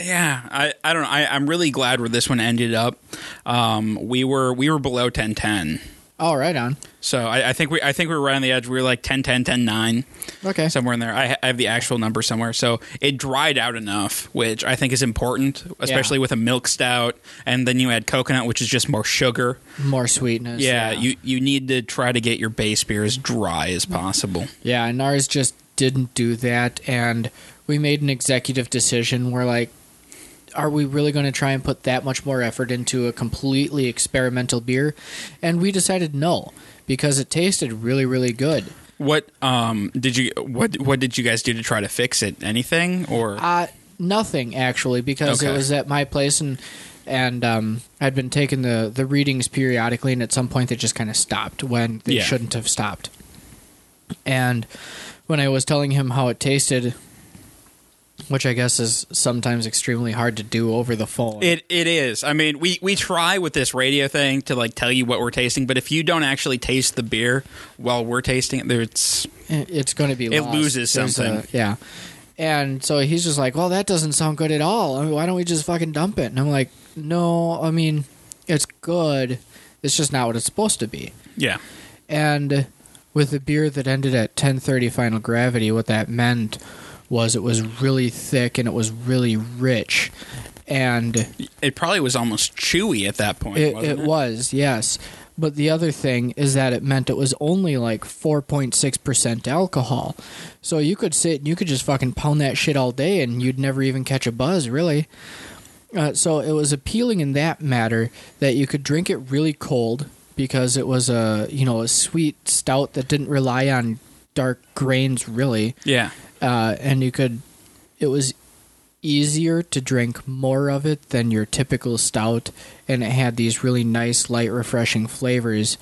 S1: Yeah, I, I don't know. I, I'm really glad where this one ended up. Um, we were we were below 1010
S4: Oh, right on.
S1: So I, I think we I think we were right on the edge. We were like 10, 10, 10, 9,
S4: Okay.
S1: somewhere in there. I, ha- I have the actual number somewhere. So it dried out enough, which I think is important, especially with a milk stout. And then you add coconut, which is just more sugar.
S4: More sweetness.
S1: Yeah, you you need to try to get your base beer as dry as possible.
S4: Yeah, and ours just didn't do that, and we made an executive decision. We're like, are we really going to try and put that much more effort into a completely experimental beer? And we decided no, because it tasted really, really good.
S1: What um did you what what did you guys do to try to fix it? Anything or
S4: Uh, nothing actually, because it
S1: Okay.
S4: was at my place and. And um, I'd been taking the, the readings periodically, and at some point they just kind of stopped when they
S1: Yeah.
S4: shouldn't have stopped. And when I was telling him how it tasted, which I guess is sometimes extremely hard to do over the phone.
S1: It it is. I mean, we we try with this radio thing to like tell you what we're tasting, but if you don't actually taste the beer while we're tasting it, there it's
S4: it's going to be
S1: It
S4: lost.
S1: loses
S4: There's a-
S1: something.
S4: yeah. And so he's just like, "Well, that doesn't sound good at all. I mean, why don't we just fucking dump it?" And I'm like, "No, I mean, it's good. It's just not what it's supposed to be."
S1: yeah.
S4: And with the beer that ended at 10:30 final gravity, what that meant was it was really thick and it was really rich. And
S1: It probably was almost chewy at that point.
S4: it,
S1: wasn't
S4: it was, yes. But the other thing is that it meant it was only like 4.6% alcohol. So you could sit and you could just fucking pound that shit all day and you'd never even catch a buzz, really. Uh, so it was appealing in that matter that you could drink it really cold because it was a, you know, a sweet stout that didn't rely on dark grains, really
S1: Yeah.
S4: uh, and you could it was easier to drink more of it than your typical stout and it had these really nice light refreshing flavors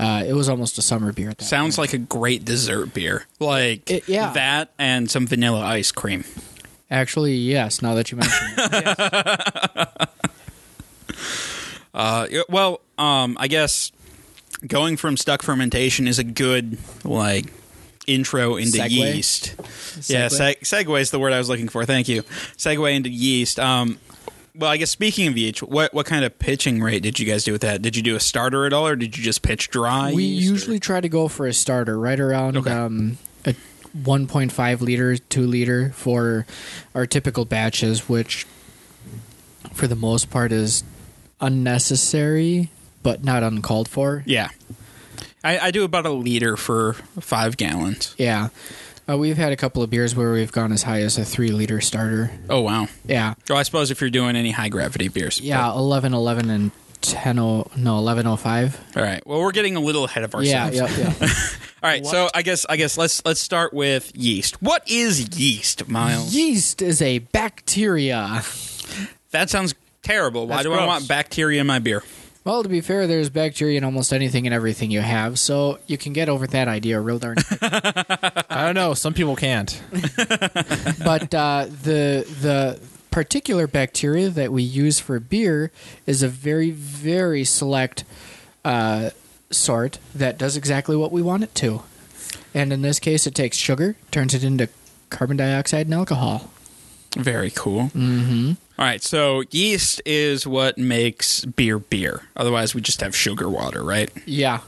S4: uh, it was almost a summer beer at that
S1: Sounds like a great dessert beer. Like
S4: It- yeah.
S1: that and some vanilla ice cream.
S4: point. actually yes now that you mention it
S1: Uh, yeah, well, um, I guess going from stuck fermentation is a good like intro into
S4: Segue?
S1: yeast. Yeah, seg- segue is the word I was looking for. Thank you. Segue into yeast. Um, well, I guess speaking of yeast, what what kind of pitching rate did you guys do with that? Did you do a starter at all, or did you just pitch dry?
S4: we
S1: yeast, or-
S4: usually try to go for a starter right around um, a 1.5 liter 2 liter for our typical batches which for the most part is unnecessary but not uncalled for
S1: yeah. I, I do about a liter for five gallons.
S4: Yeah. Uh, we've had a couple of beers where we've gone as high as a three liter starter.
S1: Oh wow.
S4: Yeah.
S1: Well, I suppose if you're doing any high gravity beers. but-
S4: Yeah. 11, 11, and 10, oh, no, 11, oh five.
S1: all right. Well, we're getting a little ahead of
S4: Yeah.
S1: ourselves.
S4: Yeah. yeah.
S1: All right, so I guess I guess let's let's start with yeast. What is yeast, Miles?
S4: Yeast is a bacteria.
S1: That sounds terrible. Why
S5: That's
S1: do I
S5: gross.
S1: want bacteria in my beer?
S4: Well, to be fair, there's bacteria in almost anything and everything you have, so you can get over that idea real darn quick.
S2: I don't know. Some people can't.
S4: but uh, the the particular bacteria that we use for beer is a very very select uh, sort that does exactly what we want it to, and in this case, it takes sugar, turns it into carbon dioxide and alcohol.
S1: Very cool. Mm-hmm. right, so yeast is what makes beer beer. Otherwise, we just have sugar water, right?
S4: Yeah,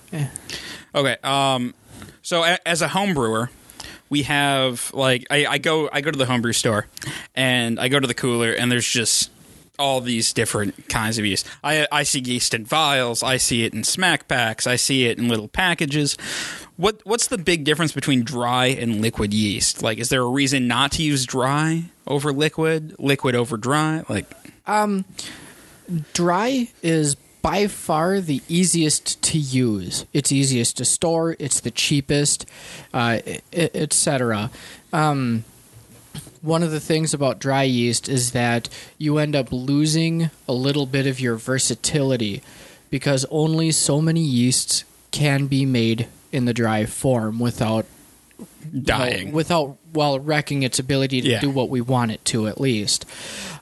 S1: Okay. Um, so a- as a home brewer, we have like I, I go I go to the homebrew store, and I go to the cooler, and there's just all these different kinds of yeast. I I see yeast in vials. I see it in smack packs. I see it in little packages. What what's the big difference between dry and liquid yeast? Like, is there a reason not to use dry over liquid, liquid over dry? Like,
S4: dry is by far the easiest to use. It's easiest to store. It's the cheapest, uh, etc. Um, one of the things about dry yeast is that you end up losing a little bit of your versatility because only so many yeasts can be made in the dry form without
S1: dying.
S4: well, without while wrecking its ability to
S1: Yeah.
S4: do what we want it to at least.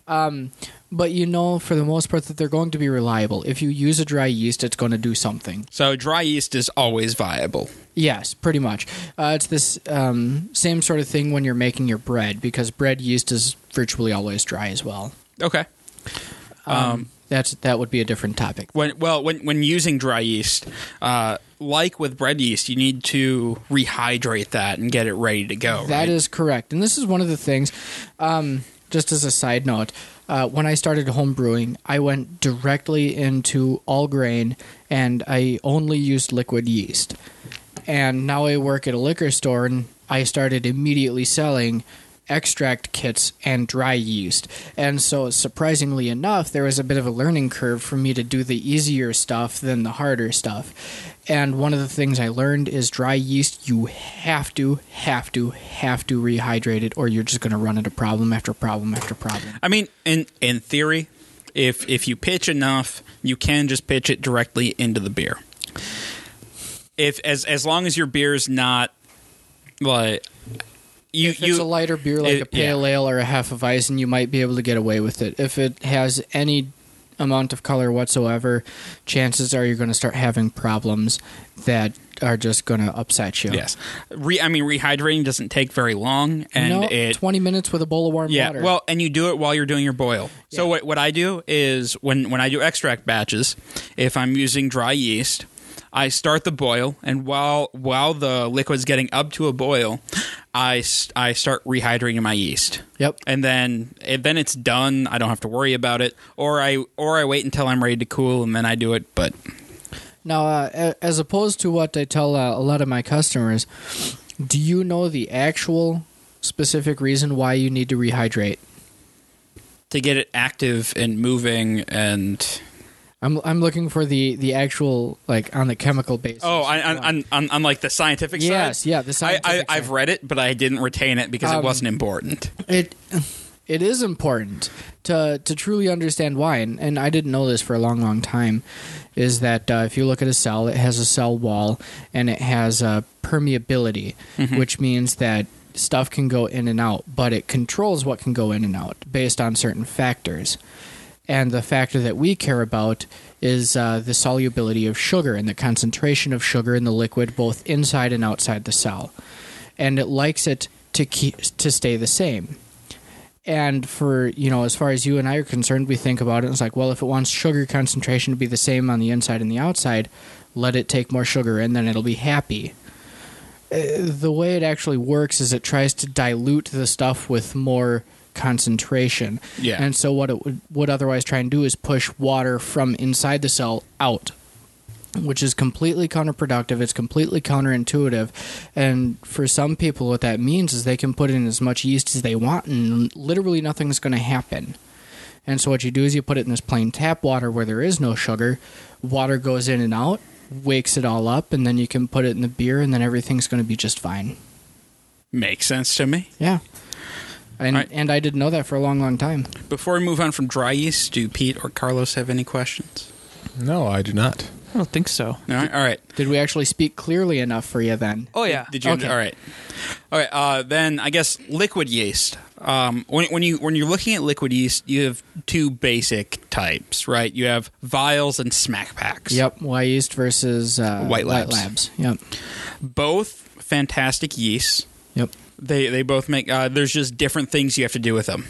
S4: Um, but you know, for the most part, that they're going to be reliable. If you use a dry yeast, it's going to do something.
S1: so dry yeast is always viable.
S4: Yes, pretty much. Uh, it's this um, same sort of thing when you're making your bread because bread yeast is virtually always dry as well.
S1: Okay. Um,
S4: That's that would be a different topic.
S1: When, well, when when using dry yeast, uh, like with bread yeast, you need to rehydrate that and get it ready to go.
S4: That
S1: right?
S4: is correct. And this is one of the things, um, just as a side note, uh, when I started home brewing, I went directly into all grain and I only used liquid yeast. And now I work at a liquor store and I started immediately selling extract kits and dry yeast. And so, surprisingly enough, there was a bit of a learning curve for me to do the easier stuff than the harder stuff. And one of the things I learned is dry yeast, you have to, have to, have to rehydrate it, or you're just going to run into problem after problem after problem.
S1: I mean, in in theory, if if you pitch enough, you can just pitch it directly into the beer. If as as long as your beer's not like you
S4: If
S1: you
S4: it's a lighter beer like
S1: it-
S4: a pale ale or a Hefeweizen, you might be able to get away with it. If it has any amount of color whatsoever, chances are you're going to start having problems that are just going to upset you.
S1: yes. Re, I mean, rehydrating doesn't take very long, and
S4: no,
S1: it
S4: 20 minutes with a bowl of warm
S1: Yeah,
S4: water.
S1: well, and you do it while you're doing your boil. So what what I do is when when I do extract batches, if I'm using dry yeast, I start the boil, and while while the liquid's getting up to a boil, I s- I start rehydrating my yeast.
S4: Yep.
S1: And then and then it's done. I don't have to worry about it, or I or I wait until I'm ready to cool, and then I do it. But
S4: Now, uh, a- as opposed to what I tell uh, a lot of my customers, do you know the actual specific reason why you need to rehydrate?
S1: to get it active and moving, and
S4: I'm I'm looking for the the actual like on the chemical basis.
S1: oh, I, on, on, on, on like the scientific side.
S4: Yes, yeah, the
S1: I,
S4: scientific
S1: I, I've
S4: side.
S1: read it, but I didn't retain it because it
S4: Um,
S1: wasn't important.
S4: it it is important to to truly understand why and, and i didn't know this for a long long time is that uh, if you look at a cell it has a cell wall and it has a permeability which means that stuff can go in and out but it controls what can go in and out based on certain factors and the factor that we care about is uh, the solubility of sugar and the concentration of sugar in the liquid both inside and outside the cell and it likes it to keep to stay the same and for you know as far as you and i are concerned we think about it and it's like well if it wants sugar concentration to be the same on the inside and the outside let it take more sugar and then it'll be happy Uh, the way it actually works is it tries to dilute the stuff with more concentration.
S1: Yeah.
S4: And so what it would, would otherwise try and do is push water from inside the cell out, which is completely counterproductive. It's completely counterintuitive. And for some people, what that means is they can put in as much yeast as they want and literally nothing's going to happen. And so what you do is you put it in this plain tap water where there is no sugar. Water goes in and out, wakes it all up, and then you can put it in the beer, and then everything's going to be just fine.
S1: Makes sense to me.
S4: Yeah. And,
S1: All right.
S4: and I didn't know that for a long, long time.
S1: Before we move on from dry yeast, do Pete or Carlos have any questions?
S2: No, I do not.
S5: I don't think so.
S1: All right. All right.
S4: Did we actually speak clearly enough for you then?
S5: Oh yeah.
S1: Did you?
S4: Okay.
S1: All right. All right. Uh, then I guess liquid yeast. Um, when, when you when you're looking at liquid yeast, you have two basic types, right? You have vials and smack packs.
S4: Yep. Y yeast versus uh,
S1: White Labs.
S4: Yep.
S1: Both fantastic yeasts.
S4: Yep.
S1: They they both make. Uh, there's just different things you have to do with them.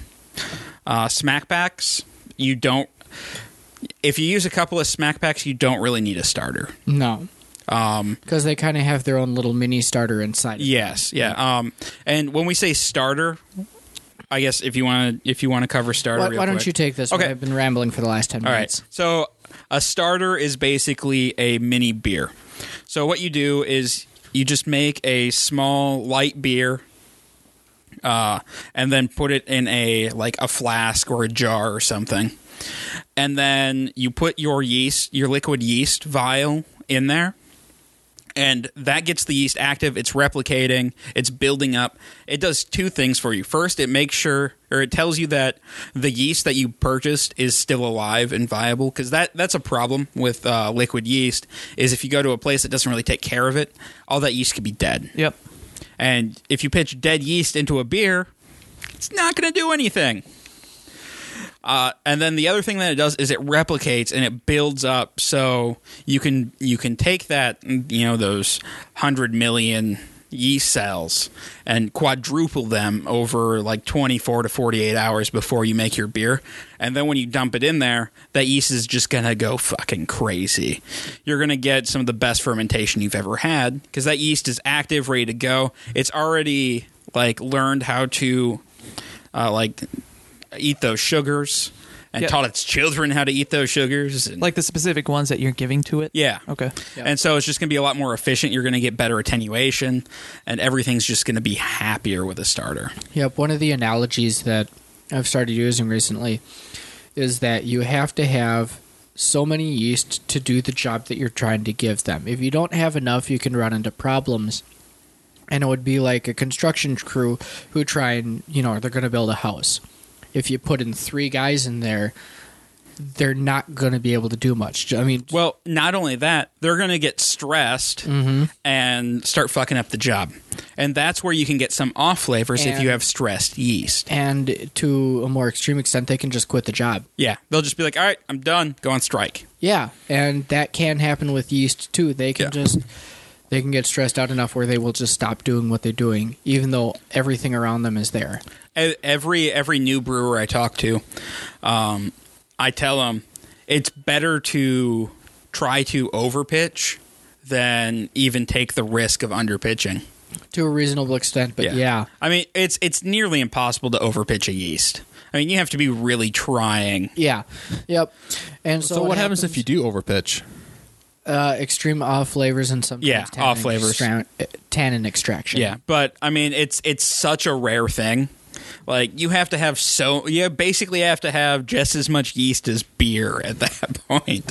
S1: Uh, smack packs. You don't. If you use a couple of smack packs, you don't really need a starter.
S4: No. Um, because they kind of have their own little mini starter inside. it.
S1: Yes, yeah. Um, and when we say starter, I guess if you want to if you want to cover starter,
S4: Why,
S1: real
S4: why don't
S1: quick.
S4: you take this?
S1: Okay.
S4: One? I've been rambling for the last ten
S1: All right.
S4: minutes.
S1: So a starter is basically a mini beer. So what you do is you just make a small light beer uh, and then put it in a like a flask or a jar or something. And then you put your yeast, your liquid yeast vial in there. And that gets the yeast active. It's replicating. It's building up. It does two things for you. First, it makes sure, or it tells you that the yeast that you purchased is still alive and viable. Because that that's a problem with uh, liquid yeast. Is if you go to a place that doesn't really take care of it, all that yeast could be dead.
S5: Yep.
S1: And if you pitch dead yeast into a beer, it's not going to do anything. Uh, and then the other thing that it does is it replicates and it builds up, so you can you can take that you know those hundred million yeast cells and quadruple them over like 24 to 48 hours before you make your beer. And then when you dump it in there, that yeast is just going to go fucking crazy. You're going to get some of the best fermentation you've ever had because that yeast is active, ready to go. It's already like learned how to uh, like eat those sugars and
S5: Yeah.
S1: taught its children how to eat those sugars. And,
S5: Like the specific ones that you're giving to it?
S1: yeah.
S5: Okay.
S1: And so it's just going to be a lot more efficient. You're going to get better attenuation, and everything's just going to be happier with a starter.
S4: Yep, one of the analogies that I've started using recently is that you have to have so many yeast to do the job that you're trying to give them. If you don't have enough, you can run into problems. And it would be like a construction crew who try and, you know, they're going to build a house. If you put in three guys in there, they're not going to be able to do much. I mean,
S1: Well, not only that, they're going to get stressed and start fucking up the job. And that's where you can get some off flavors if
S4: And-
S1: you have stressed yeast.
S4: and to a more extreme extent, they can just quit the job.
S1: Yeah. They'll just be like, all right, I'm done. Go on strike.
S4: Yeah, and that can happen with yeast too. They can
S1: Yeah.
S4: just they can get stressed out enough where they will just stop doing what they're doing, even though everything around them is there.
S1: E- every every new brewer I talk to, um, I tell them it's better to try to overpitch than even take the risk of underpitching.
S4: To a reasonable extent, but yeah.
S1: I mean it's it's nearly impossible to overpitch a yeast. I mean you have to be really trying.
S4: Yeah. Yep. And so,
S2: So, what happens, if you do overpitch?
S4: uh, extreme off flavors and sometimes
S1: Yeah,
S4: tannin
S1: off flavors.
S4: extra- uh, tannin extraction.
S1: Yeah, but I mean it's it's such a rare thing. Like you have to have so you basically have to have just as much yeast as beer at that point.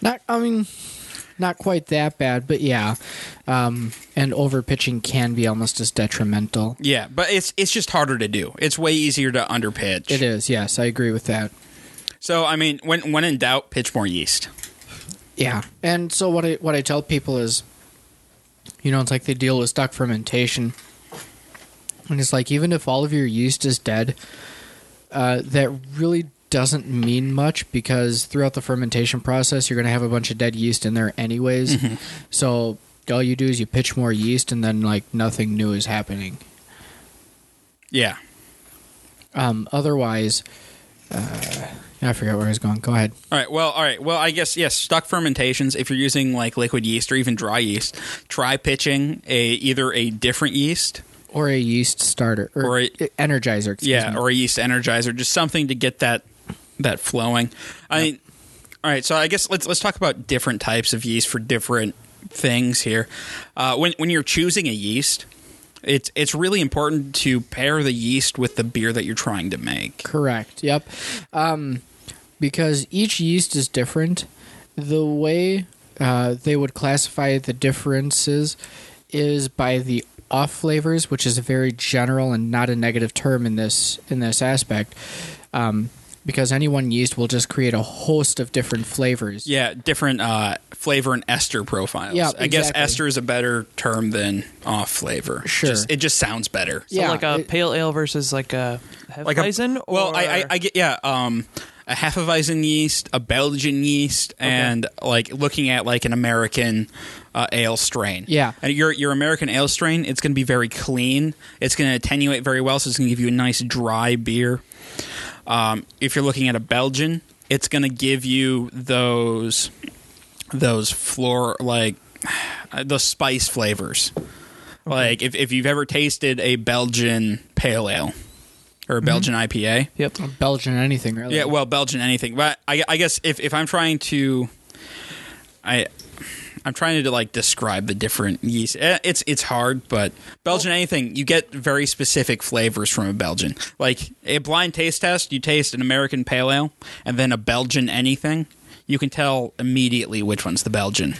S4: Not I mean not quite that bad, but yeah. Um, and overpitching can be almost as detrimental.
S1: Yeah, but it's it's just harder to do. It's way easier to underpitch.
S4: It is, yes, I agree with that.
S1: So I mean, when when in doubt, pitch more yeast.
S4: Yeah, and so what I what I tell people is, you know, it's like they deal with stock fermentation, and it's like even if all of your yeast is dead, uh, that really doesn't mean much because throughout the fermentation process, you're going to have a bunch of dead yeast in there anyways. So all you do is you pitch more yeast, and then like nothing new is happening.
S1: Yeah.
S4: Um, otherwise, uh, I forgot where I was going. Go ahead.
S1: All right. Well. All right. Well. I guess yes. Stuck fermentations. If you're using like liquid yeast or even dry yeast, try pitching a either a different yeast.
S4: Or a yeast starter or, e,
S1: Or a-
S4: energizer. Excuse
S1: Yeah.
S4: me.
S1: Or a yeast energizer. Just something to get that that flowing. I mean. All right. So I guess let's let's talk about different types of yeast for different things here. Uh, when when you're choosing a yeast. It's it's really important to pair the yeast with the beer that you're trying to make.
S4: Correct. Yep. Um, because each yeast is different. The way uh, they would classify the differences is by the off flavors, which is a very general and not a negative term in this in this aspect. Um, because any one yeast will just create a host of different flavors.
S1: Yeah, different uh, flavor and ester profiles.
S4: Yeah,
S1: I guess
S4: exactly.
S1: ester is a better term than off flavor.
S4: Sure.
S1: Just- it just sounds better.
S5: So
S4: Yeah,
S5: like a
S4: it-
S5: pale ale versus like a
S1: a
S5: Hefeweizen?
S1: well, I, I
S5: or-
S1: I get yeah. Um, a Hefeweizen yeast, a Belgian yeast, and like looking at like an American uh, ale strain.
S4: Yeah.
S1: and your your American ale strain, it's going to be very clean. It's going to attenuate very well, so it's going to give you a nice dry beer. Um, if you're looking at a Belgian, it's going to give you those those floor like the spice flavors. Like if, if you've ever tasted a Belgian pale ale or a Belgian IPA,
S5: Yep.
S4: Belgian anything really.
S1: yeah, well, Belgian anything. But I, I guess if, if I'm trying to, I, I'm trying to like describe the different yeast. Eh, It's it's hard, but Belgian anything you get very specific flavors from a Belgian. Like a blind taste test, you taste an American pale ale and then a Belgian anything. You can tell immediately which one's the Belgian.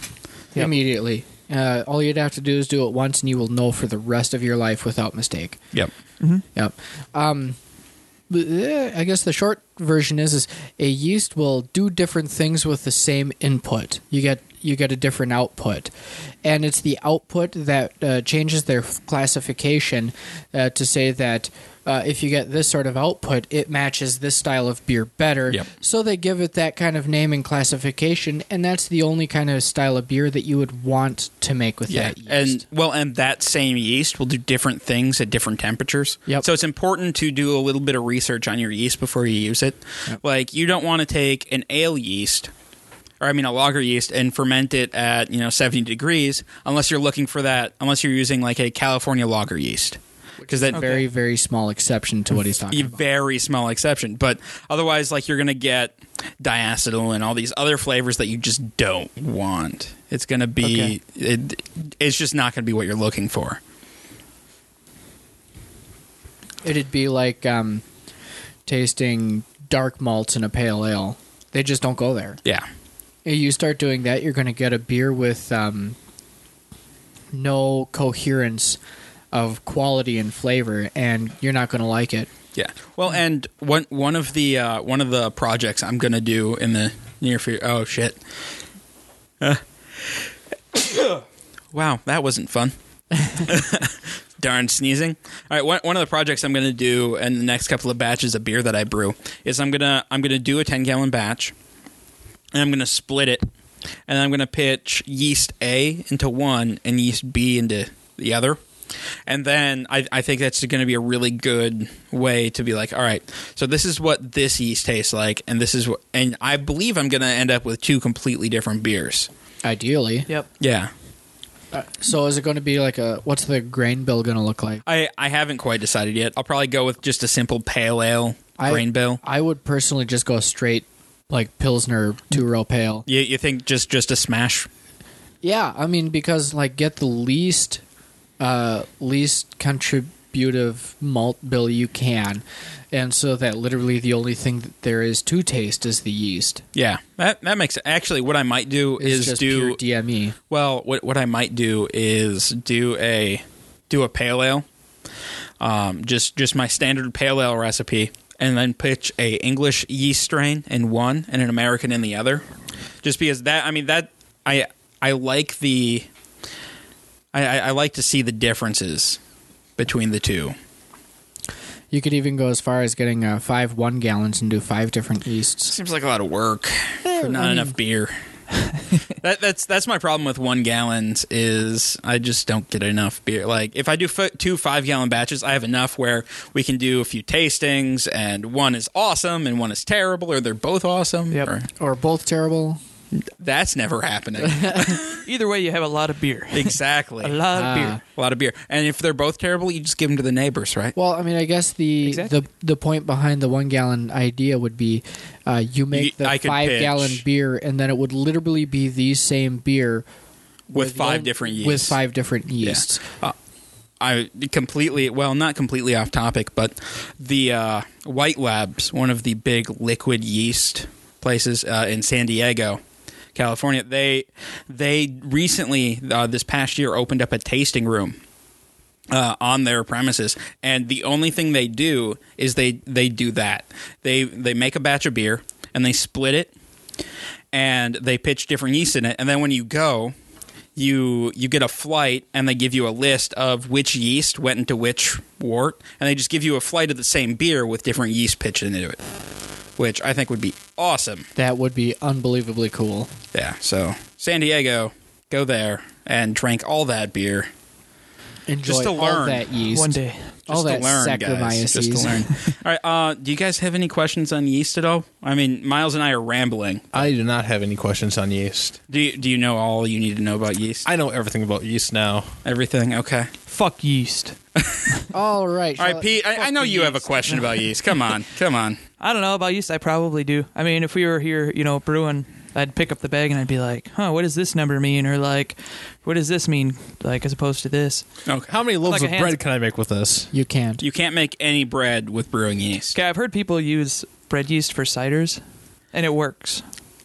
S5: Yep.
S4: Immediately. Uh, all you'd have to do is do it once, and you will know for the rest of your life without mistake.
S1: Yep.
S4: Yep. Um, but, uh, I guess the short version is is a yeast will do different things with the same input. You get you get a different output, and it's the output that uh, changes their f- classification uh, to say that uh, if you get this sort of output, it matches this style of beer better.
S3: Yep.
S4: So they give it that kind of name and classification, and that's the only kind of style of beer that you would want to make with that. Yeast.
S1: And well, and that same yeast will do different things at different temperatures.
S4: Yep.
S1: So it's important to do a little bit of research on your yeast before you use it. Like you don't want to take an ale yeast or I mean a lager yeast and ferment it at, you know, 70 degrees unless you're looking for that unless you're using like a California lager yeast. Because that
S4: very very small exception to what he's talking
S1: a
S4: about.
S1: very small exception, but otherwise like you're going to get diacetyl and all these other flavors that you just don't want. It's going to be it, it's just not going to be what you're looking for.
S4: It'd be like um, tasting dark malts in a pale ale. They just don't go there.
S1: Yeah.
S4: You start doing that, you're going to get a beer with um, no coherence of quality and flavor, and you're not going to like it.
S1: Yeah. Well, and one one of the uh, one of the projects I'm gonna do in the near future. Oh shit. Uh. wow, that wasn't fun. Darn sneezing. All right, one, one of the projects I'm gonna do in the next couple of batches of beer that I brew is I'm gonna I'm gonna do a 10 gallon batch, and I'm gonna split it, and I'm gonna pitch yeast A into one and yeast B into the other. And then I, I think that's going to be a really good way to be like, all right, so this is what this yeast tastes like, and this is what, and I believe I'm going to end up with two completely different beers.
S4: Ideally.
S5: Yep.
S1: Yeah,
S4: So is it going to be like a what's the grain bill going to look like?
S1: I, I haven't quite decided yet. I'll probably go with just a simple pale ale
S4: I-
S1: grain bill.
S4: I would personally just go straight like pilsner two row pale.
S1: You you think just just a smash?
S4: Yeah, I mean because like get the least uh least contributive malt bill you can. And so that literally the only thing that there is to taste is the yeast.
S1: Yeah, that that makes actually what I might do
S4: It's
S1: is
S4: just
S1: do
S4: pure E. DME.
S1: Well, what what I might do is do a do a pale ale, um, just just my standard pale ale recipe, and then pitch a English yeast strain in one and an American in the other, just because that I mean that I I like the I, I, I like to see the differences between the two.
S4: You could even go as far as getting uh, five one gallons and do five different yeasts.
S1: Seems like a lot of work for not enough beer. that, that's that's my problem with one gallons is I just don't get enough beer. Like if I do f- two five gallon batches, I have enough where we can do a few tastings, and one is awesome and one is terrible, or they're both awesome.
S5: Yep.
S1: or-
S4: Or both terrible.
S1: that's never happening.
S5: Either way, you have a lot of beer.
S1: exactly,
S5: A lot of
S4: Ah.
S5: beer.
S1: a lot of beer. And if they're both terrible, you just give them to the neighbors, right?
S4: Well, I mean, I guess the
S5: Exactly.
S4: the the point behind the one gallon idea would be, uh, you
S1: You-
S4: make the
S1: I could
S4: five gallon
S1: pitch.
S4: beer, and then it would literally be the same beer
S1: with
S4: the
S1: five
S4: own-
S1: different yeasts.
S4: With five different yeasts.
S1: I completely well, not completely off topic, but the uh, White Labs, one of the big liquid yeast places uh, in San Diego, California, they they recently uh, this past year opened up a tasting room uh, on their premises, and the only thing they do is they they do that they they make a batch of beer and they split it and they pitch different yeasts in it. And then when you go, you you get a flight, and they give you a list of which yeast went into which wort, and they just give you a flight of the same beer with different yeast pitched into it, which I think would be awesome.
S4: That would be unbelievably cool.
S1: Yeah. So San Diego, go there and drink all that beer.
S4: Enjoy
S1: to
S4: all
S1: learn.
S4: that yeast.
S5: One day.
S4: all
S1: Just
S4: that
S1: to learn, guys. Just to
S4: Saccharomyces.
S1: learn. all right. Uh, do you guys have any questions on yeast at all? I mean, Miles and I are rambling.
S2: I do not have any questions on yeast.
S1: Do you, do you know all you need to know about yeast?
S2: I know everything about yeast now.
S1: Everything. Okay.
S5: Fuck yeast.
S4: All right.
S1: All
S4: shall-
S1: right, Pete. I, I know you have a question about yeast. Come on, come on.
S5: I don't know about yeast. I probably do. I mean, if we were here, you know, brewing, I'd pick up the bag and I'd be like, huh, what does this number mean? Or like, what does this mean? Like, as opposed to this.
S1: Okay.
S2: How many loaves
S5: Like a
S2: of
S5: hand-
S2: bread can I make with this?
S4: You can't.
S1: You can't make any bread with brewing yeast.
S5: Okay, I've heard people use bread yeast for ciders, and it works.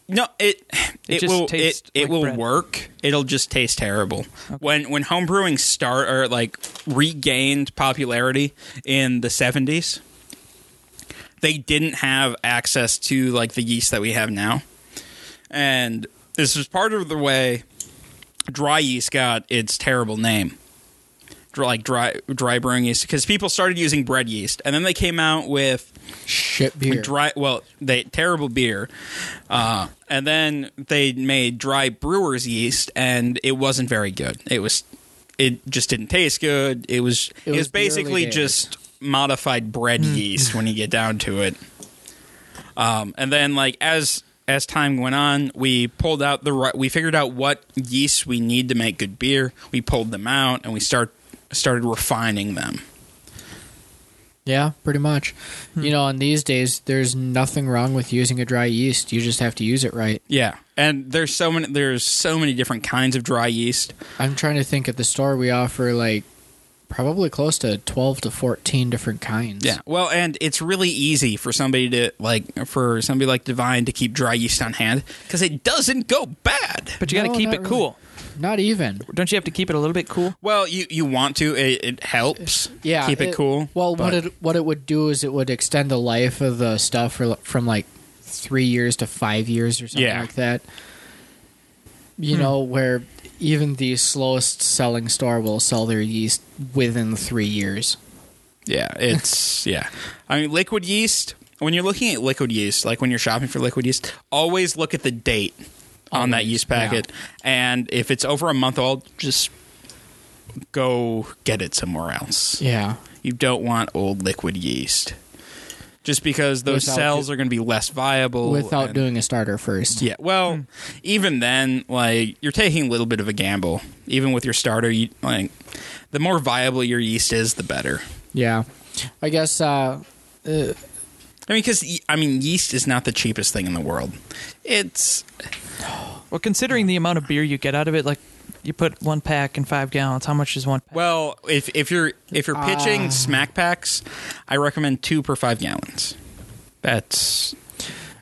S1: No, it it,
S5: just
S1: will it,
S5: tastes
S1: it
S5: like
S1: will
S5: bread.
S1: work. It'll just taste terrible. When when home brewing start or like regained popularity in the seventies, they didn't have access to like the yeast that we have now, and This is part of the way dry yeast got its terrible name. Dr- Like dry dry brewing yeast, because people started using bread yeast, and then they came out with
S4: Shit beer.
S1: dry. Well, they terrible beer, uh, and then they made dry brewers yeast, and it wasn't very good. It was, it just didn't taste good. It was, it
S4: It
S1: was,
S4: was Hmm. the early
S1: basically
S4: days.
S1: just modified bread yeast when you get down to it. Um, and then like as as time went on, we pulled out the right. We figured out what yeasts we need to make good beer. We pulled them out, and we start started refining them.
S4: Yeah, pretty much.
S1: Hmm.
S4: You know, and these days there's nothing wrong with using a dry yeast. You just have to use it right.
S1: Yeah, and there's so many there's so many different kinds of dry yeast.
S4: I'm trying to think at the store we offer like probably close to 12 to 14 different kinds.
S1: Yeah. Well, and it's really easy for somebody to like for somebody like Divine to keep dry yeast on hand because it doesn't go bad.
S5: But you got to
S4: No,
S5: keep
S4: not
S5: it
S4: really.
S5: cool.
S4: Not even.
S5: Don't you have to keep it a little bit cool?
S1: Well, you you want to it, it helps.
S4: Yeah.
S1: Keep it, cool.
S4: Well,
S1: but-
S4: what it what it would do is it would extend the life of the stuff for, from like 3 years to 5 years or something
S1: Yeah.
S4: like that. You know, where even the slowest selling store will sell their yeast within 3 years.
S1: yeah, it's yeah. I mean, liquid yeast. When you're looking at liquid yeast, like when you're shopping for liquid yeast, always look at the date on that
S4: Always,
S1: yeast packet, and if it's over a month old, just go get it somewhere else.
S4: Yeah.
S1: You don't want old liquid yeast. Just because those
S4: Without
S1: cells
S4: do-
S1: are going to be less viable.
S4: Without
S1: and-
S4: doing Hmm. a starter first.
S1: Yeah. Well, even then, like, you're taking a little bit of a gamble. Even with your starter, you, like, the more viable your yeast is, the better.
S4: Yeah. I guess uh
S1: I mean, because, I mean, yeast is not the cheapest thing in the world. It's,
S5: Well, considering the amount of beer you get out of it, like you put one pack in five gallons, how much is one pack?
S1: well, if, if you're, if you're
S4: Ah.
S1: pitching smack packs, I recommend two per five gallons. That's,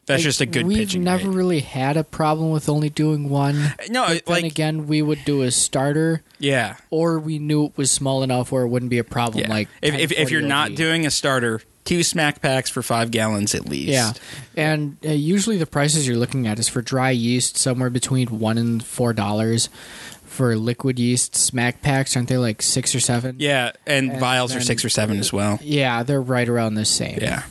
S1: that's
S4: like,
S1: just a good
S4: We've
S1: pitching
S4: never
S1: rate.
S4: really had a problem with only doing one.
S1: No,
S4: then
S1: like,
S4: again, we would do a starter,
S1: yeah.
S4: or we knew it was small enough where it wouldn't be a problem. Like
S1: if
S4: 10,
S1: if, if
S4: 40
S1: you're not
S4: OG.
S1: doing a starter, two smack packs for five gallons at least.
S4: yeah, and uh, usually the prices you're looking at is for dry yeast somewhere between one and four dollars. For liquid yeast smack packs, aren't they like six or seven?
S1: yeah, and,
S4: And
S1: vials are
S4: then-
S1: six or seven as well.
S4: yeah, they're right around the same.
S1: Yeah,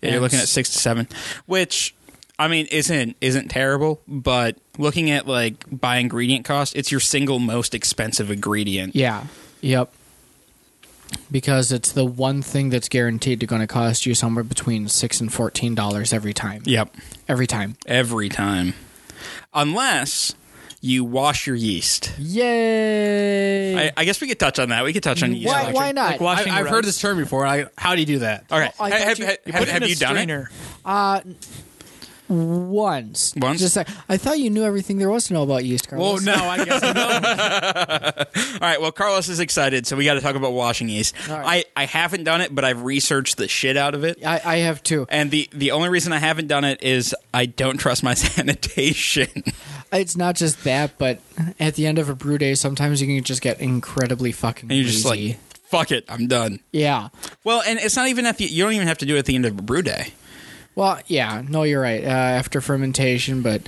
S1: yeah you're looking at six to seven, which I mean isn't isn't terrible, but looking at like by ingredient cost, it's your single most expensive ingredient.
S4: Yeah. Yep. Because it's the one thing that's guaranteed to going to cost you somewhere between six and fourteen dollars every time.
S1: Yep,
S4: Every time.
S1: every time, unless you wash your yeast.
S4: Yay!
S1: I, I guess we could touch on that. We could touch on yeast.
S4: why,
S1: electric.
S4: why not? Oh,
S5: Like washing
S2: I, I've
S5: rice.
S2: heard this term before. I, how do you do that?
S1: Okay.
S4: I thought
S1: have
S4: you-
S1: have-
S5: You
S1: have-
S5: put it
S1: have
S5: in a
S1: you done it?
S5: strainer.
S4: Once.
S1: Once?
S4: Just like, I thought you knew everything there was to know about yeast, Carlos.
S2: I guess
S1: All right, well, Carlos is excited, so we got to talk about washing yeast.
S4: All right.
S1: I, I haven't done it, but I've researched the shit out of it.
S4: I, I have too.
S1: And the, the only reason I haven't done it is I don't trust my sanitation.
S4: It's not just that, but at the end of a brew day, sometimes you can just get incredibly fucking
S1: and you're just
S4: lazy.
S1: like, fuck it, I'm done.
S4: yeah.
S1: Well, and it's not even at the, you don't even have to do it at the end of a brew day.
S4: Well, yeah. No, you're right. Uh, after fermentation, but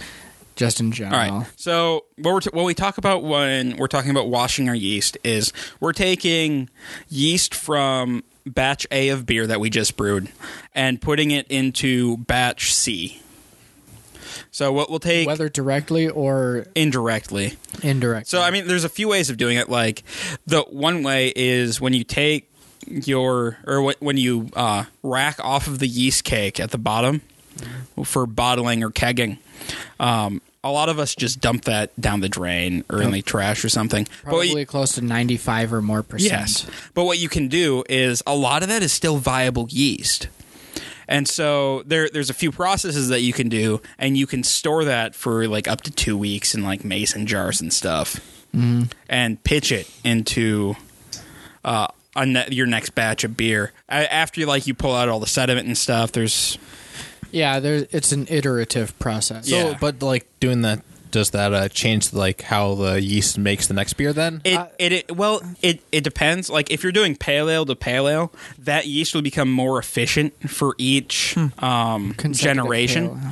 S4: just in
S1: All
S4: general.
S1: right. So what, we're t- what we talk about when we're talking about washing our yeast is we're taking yeast from batch A of beer that we just brewed and putting it into batch C. So what we'll take
S4: Whether directly or
S1: indirectly.
S4: indirectly.
S1: So I mean, there's a few ways of doing it. Like the one way is when you take your or wh- when you uh, rack off of the yeast cake at the bottom for bottling or kegging. Um, a lot of us just dump that down the drain or in the trash or something. But what
S4: probably
S1: you-
S4: close to 95 or more percent.
S1: Yes. But what you can do is a lot of that is still viable yeast. And so there there's a few processes that you can do and you can store that for like up to 2 weeks in like mason jars and stuff. And pitch it into uh on ne- your next batch of beer. A- After like you pull out all the sediment and stuff, there's
S4: Yeah, there, it's an iterative process.
S1: Yeah.
S2: So, but like doing that, does that uh, change like how the yeast makes the next beer? Then
S1: It, it it well it it depends. Like if you're doing pale ale to pale ale, that yeast will become more efficient for each um,
S4: Hmm. Consecutive
S1: generation
S4: pale.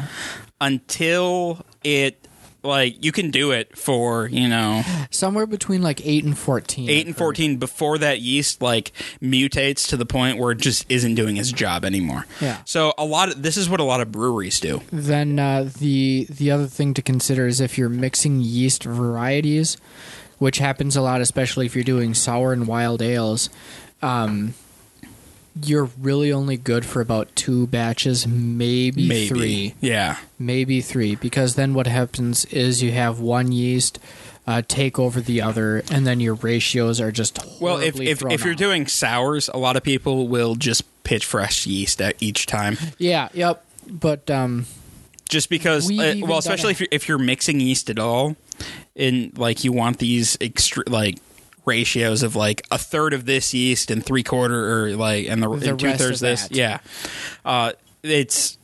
S1: until it like you can do it for you know
S4: Somewhere between like eight and fourteen.
S1: eight and fourteen before that yeast like mutates to the point where it just isn't doing its job anymore.
S4: Yeah.
S1: So a lot of this is what a lot of breweries do.
S4: Then uh, the the other thing to consider is if you're mixing yeast varieties, which happens a lot, especially if you're doing sour and wild ales. Um, you're really only good for about two batches, maybe,
S1: Maybe.
S4: E three,
S1: Yeah.
S4: maybe three, because then what happens is you have one yeast uh, take over the other, and then your ratios are just
S1: Well, if
S4: horribly
S1: if,
S4: thrown
S1: if you're
S4: off.
S1: doing sours, a lot of people will just pitch fresh yeast at each time,
S4: yeah, yep, but um,
S1: just because.
S4: We've
S1: uh,
S4: even
S1: well,
S4: done
S1: especially
S4: it.
S1: if you're, if you're mixing yeast at all, and like you want these extre- like ratios of like a third of this yeast and three quarter or like and the,
S4: The
S1: two thirds
S4: rest of
S1: this.
S4: that.
S1: Yeah, uh, it's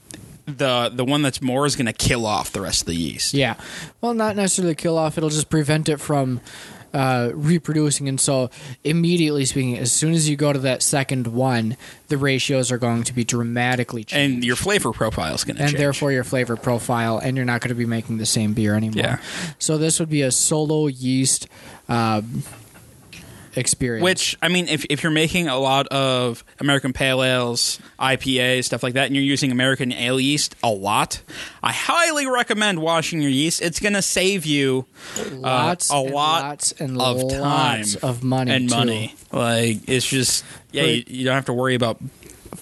S1: the the one that's more is going to kill off the rest of the yeast.
S4: Yeah. Well, not necessarily kill off. It'll just prevent it from uh, reproducing. And so, immediately speaking, as soon as you go to that second one, the ratios are going to be dramatically changed.
S1: and your flavor profile is going to
S4: And
S1: change.
S4: therefore, your flavor profile, and you're not going to be making the same beer anymore.
S1: Yeah.
S4: So, this would be a solo yeast um, experience.
S1: Which I mean, if if you're making a lot of American pale ales, IPAs, stuff like that, and you're using American ale yeast a lot, I highly recommend washing your yeast. It's going to save you uh,
S4: lots
S1: a
S4: and
S1: lot
S4: lots and
S1: of time,
S4: lots of money
S1: and
S4: too.
S1: money. Like it's just yeah,
S4: For-
S1: you, you don't have to worry about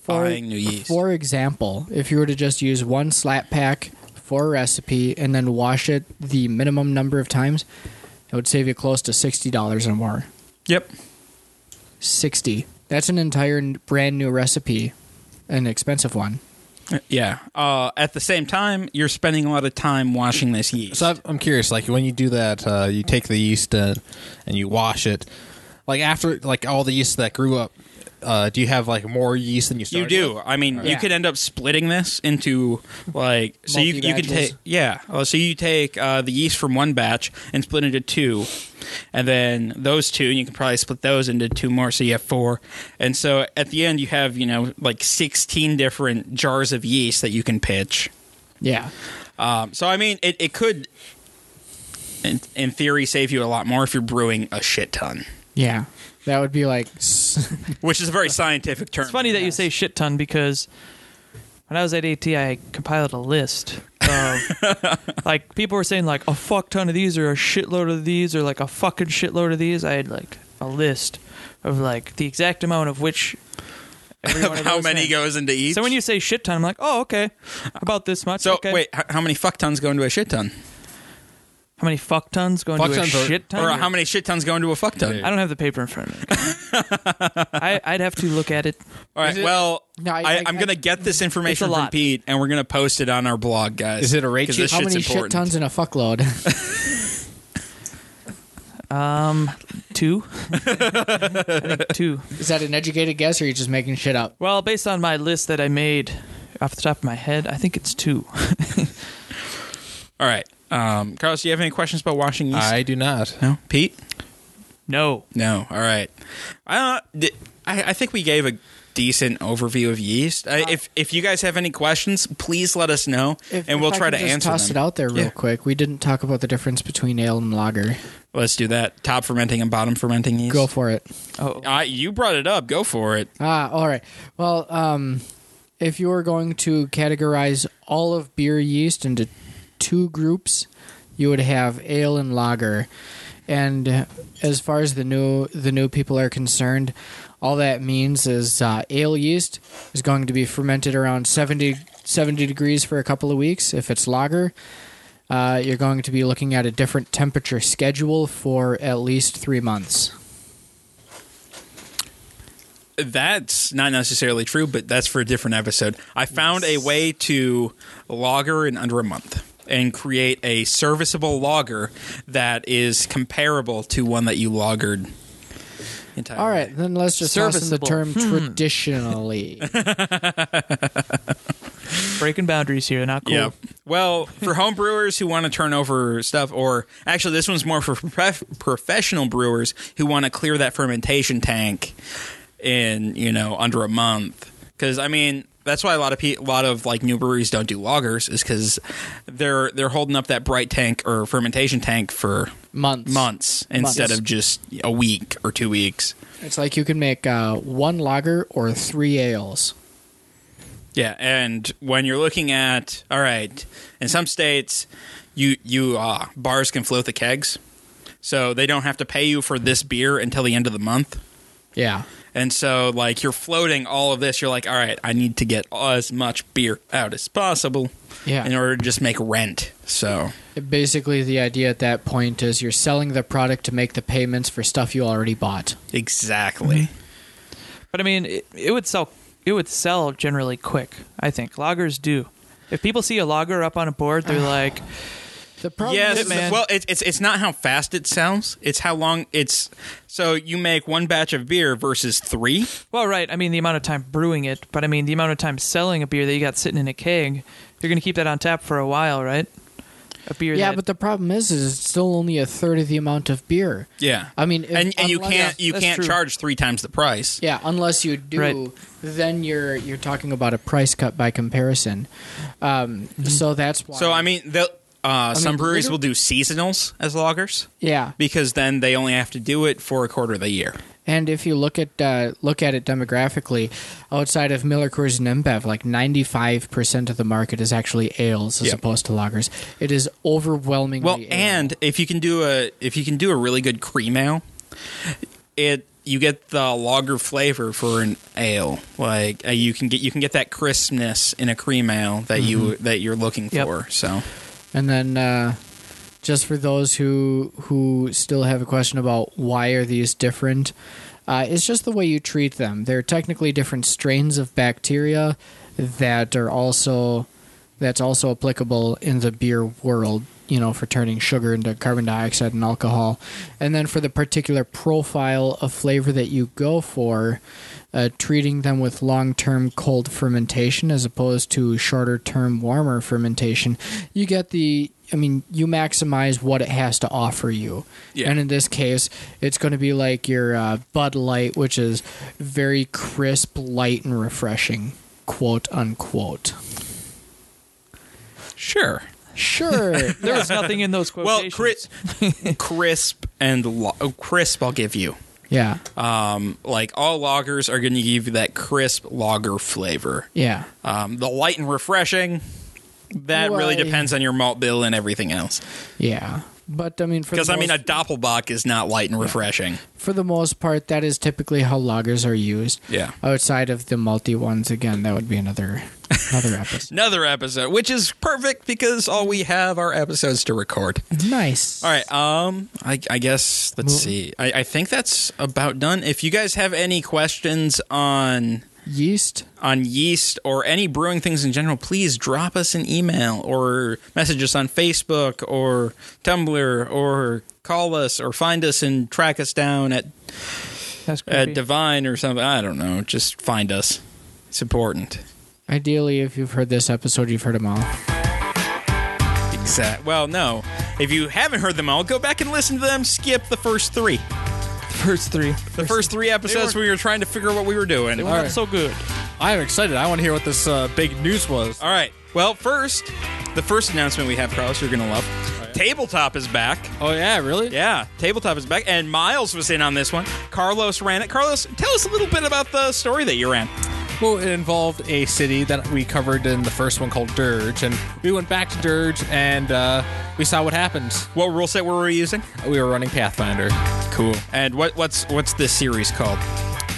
S1: buying new yeast.
S4: For example, if you were to just use one slat pack for a recipe and then wash it the minimum number of times, it would save you close to sixty dollars or more.
S1: yep.
S4: Sixty. That's an entire n- brand new recipe, an expensive one.
S1: Yeah. Uh, at the same time, you're spending a lot of time washing this yeast.
S2: So I've, I'm curious, like when you do that, uh, you take the yeast and, and you wash it. Like after, like all the yeast that grew up, uh, do you have like more yeast than you
S1: You
S2: started?
S1: do.
S2: with?
S1: I mean, you
S4: Yeah.
S1: could end up splitting this into like so you you can
S4: Multi-batches.
S1: take yeah. Uh, So you take uh, the yeast from one batch and split into two, and then those two, and you can probably split those into two more, so you have four. And so at the end, you have you know like sixteen different jars of yeast that you can pitch.
S4: Yeah.
S1: Um, so I mean, it it could. In, in theory, save you a lot more if you're brewing a shit ton,
S4: Yeah. That would be like s-
S1: which is a very scientific term.
S5: It's funny that you say shit ton because when I was at AT, I compiled a list of like people were saying like a fuck ton of these or a shitload of these or like a fucking shitload of these. I had like a list of like the exact amount of which. every one of
S1: how
S5: those
S1: many
S5: things.
S1: goes into each.
S5: So when you say shit ton, I'm like, oh okay, about this much.
S1: So
S5: okay.
S1: wait, h- how many fuck tons go into a shit ton,
S5: how many fuck tons go
S2: Fuck
S5: into a
S2: tons are-
S5: shit ton?
S1: or uh, how many shit tons go into a fuck ton?
S5: I don't have the paper in front of me. I, I'd have to look at it.
S1: All right,
S2: Is it-
S1: well,
S4: No,
S1: I,
S4: I-
S1: I,
S4: I-
S1: am gonna get this information
S5: It's a
S1: from
S5: lot.
S1: Pete, and we're gonna post it on our blog, guys.
S2: Is it a rate
S1: 'Cause
S2: sheet?
S1: this
S4: how
S1: shit's
S4: many shit
S1: important.
S4: tons in a fuckload.
S5: Um, two. I think two.
S4: Is that an educated guess, or are you just making shit up?
S5: Well, based on my list that I made off the top of my head, I think it's two.
S1: All right, um, Carlos, do you have any questions about washing yeast?
S2: I do not.
S1: no, Pete.
S5: No.
S1: No. All right. I don't. di- I, I think we gave a decent overview of yeast. I, if if you guys have any questions, please let us know,
S4: Uh, If-
S1: and we'll
S4: if I
S1: try to
S4: can just
S1: answer
S4: toss
S1: them.
S4: it out there real
S1: Yeah.
S4: quick. We didn't talk about the difference between ale and lager.
S1: Let's do that. Top fermenting and bottom fermenting yeast.
S4: Go for it.
S5: Oh,
S1: Uh, you brought it up. Go for it.
S4: Ah, all right. Well, um, if you were going to categorize all of beer yeast into two groups, you would have ale and lager. And uh, as far as the new the new people are concerned, all that means is uh, ale yeast is going to be fermented around 70, 70 degrees for a couple of weeks. If it's lager, uh, you're going to be looking at a different temperature schedule for at least three months.
S1: That's not necessarily true, but that's for a different episode. I found a way to logger in under a month and create a serviceable logger that is comparable to one that you loggered. entirely.
S4: All right, then let's just toss in the
S5: Serviceable.
S4: term traditionally.
S5: breaking boundaries here. Not cool.
S1: Yeah. Well, for home brewers who want to turn over stuff, or actually, this one's more for prof- professional brewers who want to clear that fermentation tank in, you know, under a month. Because, I mean, that's why a lot of pe- a lot of like new breweries don't do lagers is because they're they're holding up that bright tank or fermentation tank for
S4: Months.
S1: months instead
S4: Months.
S1: of just a week or two weeks.
S4: It's like you can make uh, one lager or three ales.
S1: Yeah, and when you're looking at all right, in some states, you you uh, bars can float the kegs, so they don't have to pay you for this beer until the end of the month.
S4: Yeah.
S1: And so, like, you're floating all of this. You're like, all right, I need to get as much beer out as possible
S4: Yeah.
S1: in order to just make rent. So,
S4: Basically, the idea at that point is you're selling the product to make the payments for stuff you already bought.
S1: exactly.
S4: Mm-hmm.
S5: But I mean, it, it would sell. It would sell generally quick. I think lagers do. If people see a lager up on a board, they're like,
S4: The problem
S1: Yes,
S4: is,
S5: man.
S1: well, it's it's it's not how fast it sells; it's how long it's. So you make one batch of beer versus three.
S5: "Well, right." I mean, the amount of time brewing it, but I mean, the amount of time selling a beer that you got sitting in a keg, you're going to keep that on tap for a while, right? A beer.
S4: yeah,
S5: that,
S4: but the problem is, is it's still only a third of the amount of beer.
S1: Yeah,
S4: I mean, if-
S1: and and you
S4: unless-
S1: can't you
S5: that's
S1: can't
S5: true.
S1: charge three times the price.
S4: Yeah, unless you do,
S5: Right.
S4: then you're you're talking about a price cut by comparison. Um, So that's why.
S1: So I mean, they'll- uh, some
S4: mean,
S1: breweries
S4: liter-
S1: will do seasonals as loggers
S4: yeah,
S1: because then they only have to do it for a quarter of the year.
S4: and if you look at uh, look at it demographically, outside of Miller Coors and InBev, like ninety five percent of the market is actually ales as
S1: Yep.
S4: opposed to lagers. It is overwhelmingly
S1: Well,
S4: ale.
S1: and if you can do a if you can do a really good cream ale, it you get the lager flavor for an ale. Like uh, you can get you can get that crispness in a cream ale that you that you're looking
S5: Yep.
S1: for. So
S4: And then uh, just for those who who still have a question about why are these different, uh, it's just the way you treat them. They're technically different strains of bacteria that are also that's also applicable in the beer world. You know, for turning sugar into carbon dioxide and alcohol, and then for the particular profile of flavor that you go for, uh, treating them with long term cold fermentation as opposed to shorter term warmer fermentation, you get the. I mean, you maximize what it has to offer you.
S1: Yeah.
S4: And in this case, it's going to be like your uh, Bud Light, which is very crisp, light, and refreshing, quote unquote.
S1: sure.
S4: Sure.
S5: there was nothing in those
S1: Well,
S5: quotations.
S1: crisp, crisp and lo- oh, crisp. I'll give you.
S4: yeah.
S1: Um, like all lagers are going to give you that crisp lager flavor.
S4: Yeah.
S1: Um, the light and refreshing. That really
S4: Why?
S1: depends on your malt bill and everything else.
S4: Yeah. But I mean, for the
S1: Because I mean,
S4: most-
S1: a doppelbock is not light and refreshing.
S4: for the most part, that is typically how loggers are used.
S1: Yeah.
S4: Outside of the multi ones, again, that would be another another episode.
S1: Another episode, which is perfect because all we have are episodes to record.
S4: nice.
S1: All right. Um, I, I guess let's see. I, I think that's about done. If you guys have any questions on
S4: Yeast.
S1: on yeast or any brewing things in general, please drop us an email or message us on Facebook or Tumblr or call us or find us and track us down at
S5: That's creepy.
S1: at Divine or something. I don't know. Just find us. It's important.
S4: Ideally, if you've heard this episode, you've heard them all.
S1: Exact. Well, no. If you haven't heard them all, go back and listen to them. Skip the first three.
S5: First three.
S1: The first three episodes we were trying to figure out what we were doing.
S5: They
S1: All
S5: weren't so good.
S2: I'm excited. I want to hear what this uh, big news was.
S1: right. Well, first, the first announcement we have, Carlos, you're gonna love. Tabletop is back.
S2: Oh yeah, really?
S1: Yeah, tabletop is back, and Miles was in on this one. Carlos ran it. Carlos, tell us a little bit about the story that you ran.
S2: Well, it involved a city that we covered in the first one called Dirge, and we went back to Dirge and uh, we saw what happened.
S1: What rule set were we using?
S2: We were running Pathfinder.
S1: Cool. And what what's what's this series called?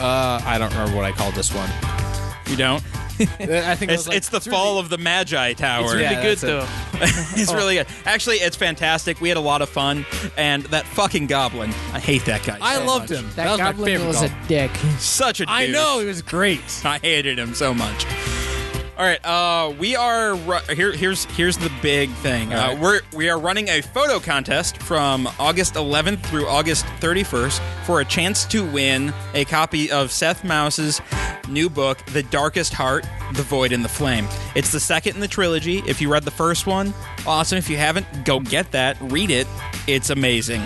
S2: Uh, I don't remember what I called this one.
S1: You don't.
S2: I
S1: It's,
S2: think it was like
S1: it's the
S2: through
S1: fall of the Magi Tower.
S5: Pretty
S2: Yeah,
S5: good
S2: that's it.
S5: though.
S1: It's really good. Actually, it's fantastic. We had a lot of fun, and that fucking goblin. I hate that guy.
S2: I
S1: so
S2: loved
S1: much.
S2: him. That,
S4: That,
S2: was my
S4: goblin
S2: favorite.
S4: was
S2: goblin.
S4: a dick.
S1: Such a dude.
S2: I know he was great.
S1: I hated him so much. All right, uh, we are ru- here. Here's here's the big thing.
S2: All right.
S1: Uh, we're we are running a photo contest from August 11th through August 31st for a chance to win a copy of Seth Mouse's new book, The Darkest Heart: The Void and the Flame. It's the second in the trilogy. If you read the first one, awesome. If you haven't, go get that. Read it. It's amazing.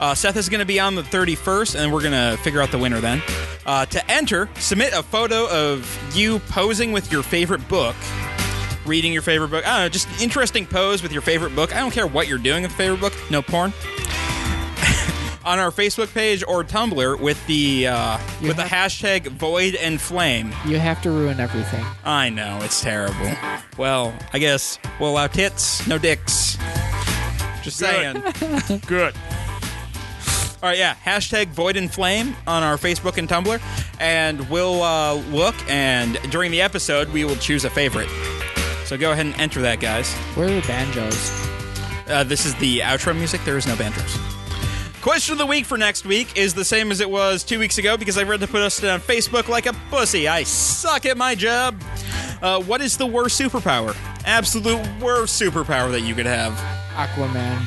S1: Uh, Seth is going to be on the 31st, and we're going to figure out the winner then. Uh, to enter, submit a photo of you posing with your favorite book, reading your favorite book. I don't know, just interesting pose with your favorite book. I don't care what you're doing with the favorite book. No porn. on our Facebook page or Tumblr with the uh,
S4: You
S1: with the
S4: have-
S1: hashtag Void and Flame.
S4: You have to ruin everything.
S1: I know, it's terrible. Well, I guess we'll allow tits, no dicks. Just saying. Good. All right, yeah. Hashtag Void and Flame on our Facebook and Tumblr. And we'll uh, look, and during the episode, we will choose a favorite. So go ahead and enter that, guys.
S4: Where are the banjos?
S1: Uh, this is the outro music. There is no banjos. Question of the week for next week is the same as it was two weeks ago because I read to put us on Facebook like a pussy. I suck at my job. Uh, what is the worst superpower? Absolute worst superpower that you could have.
S4: Aquaman.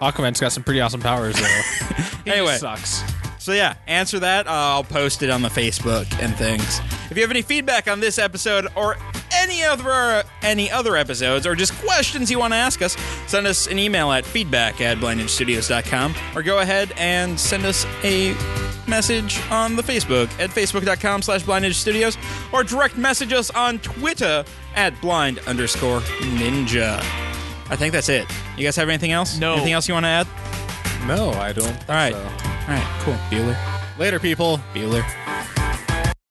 S2: Aquaman's got some pretty awesome powers though. He
S1: Anyway.
S2: sucks.
S1: So yeah, answer that. Uh, I'll post it on the Facebook and things. If you have any feedback on this episode or any other any other episodes or just questions you want to ask us, send us an email at feedback at blindninjastudios.com or go ahead and send us a message on the Facebook at facebook.com slash blind ninja studios or direct message us on Twitter at blind underscore ninja. I think that's it. You guys have anything else?
S5: No.
S1: Anything else you want to add?
S3: No, I don't.
S1: All right. All right. Cool. Bueller. Later, people. Bueller.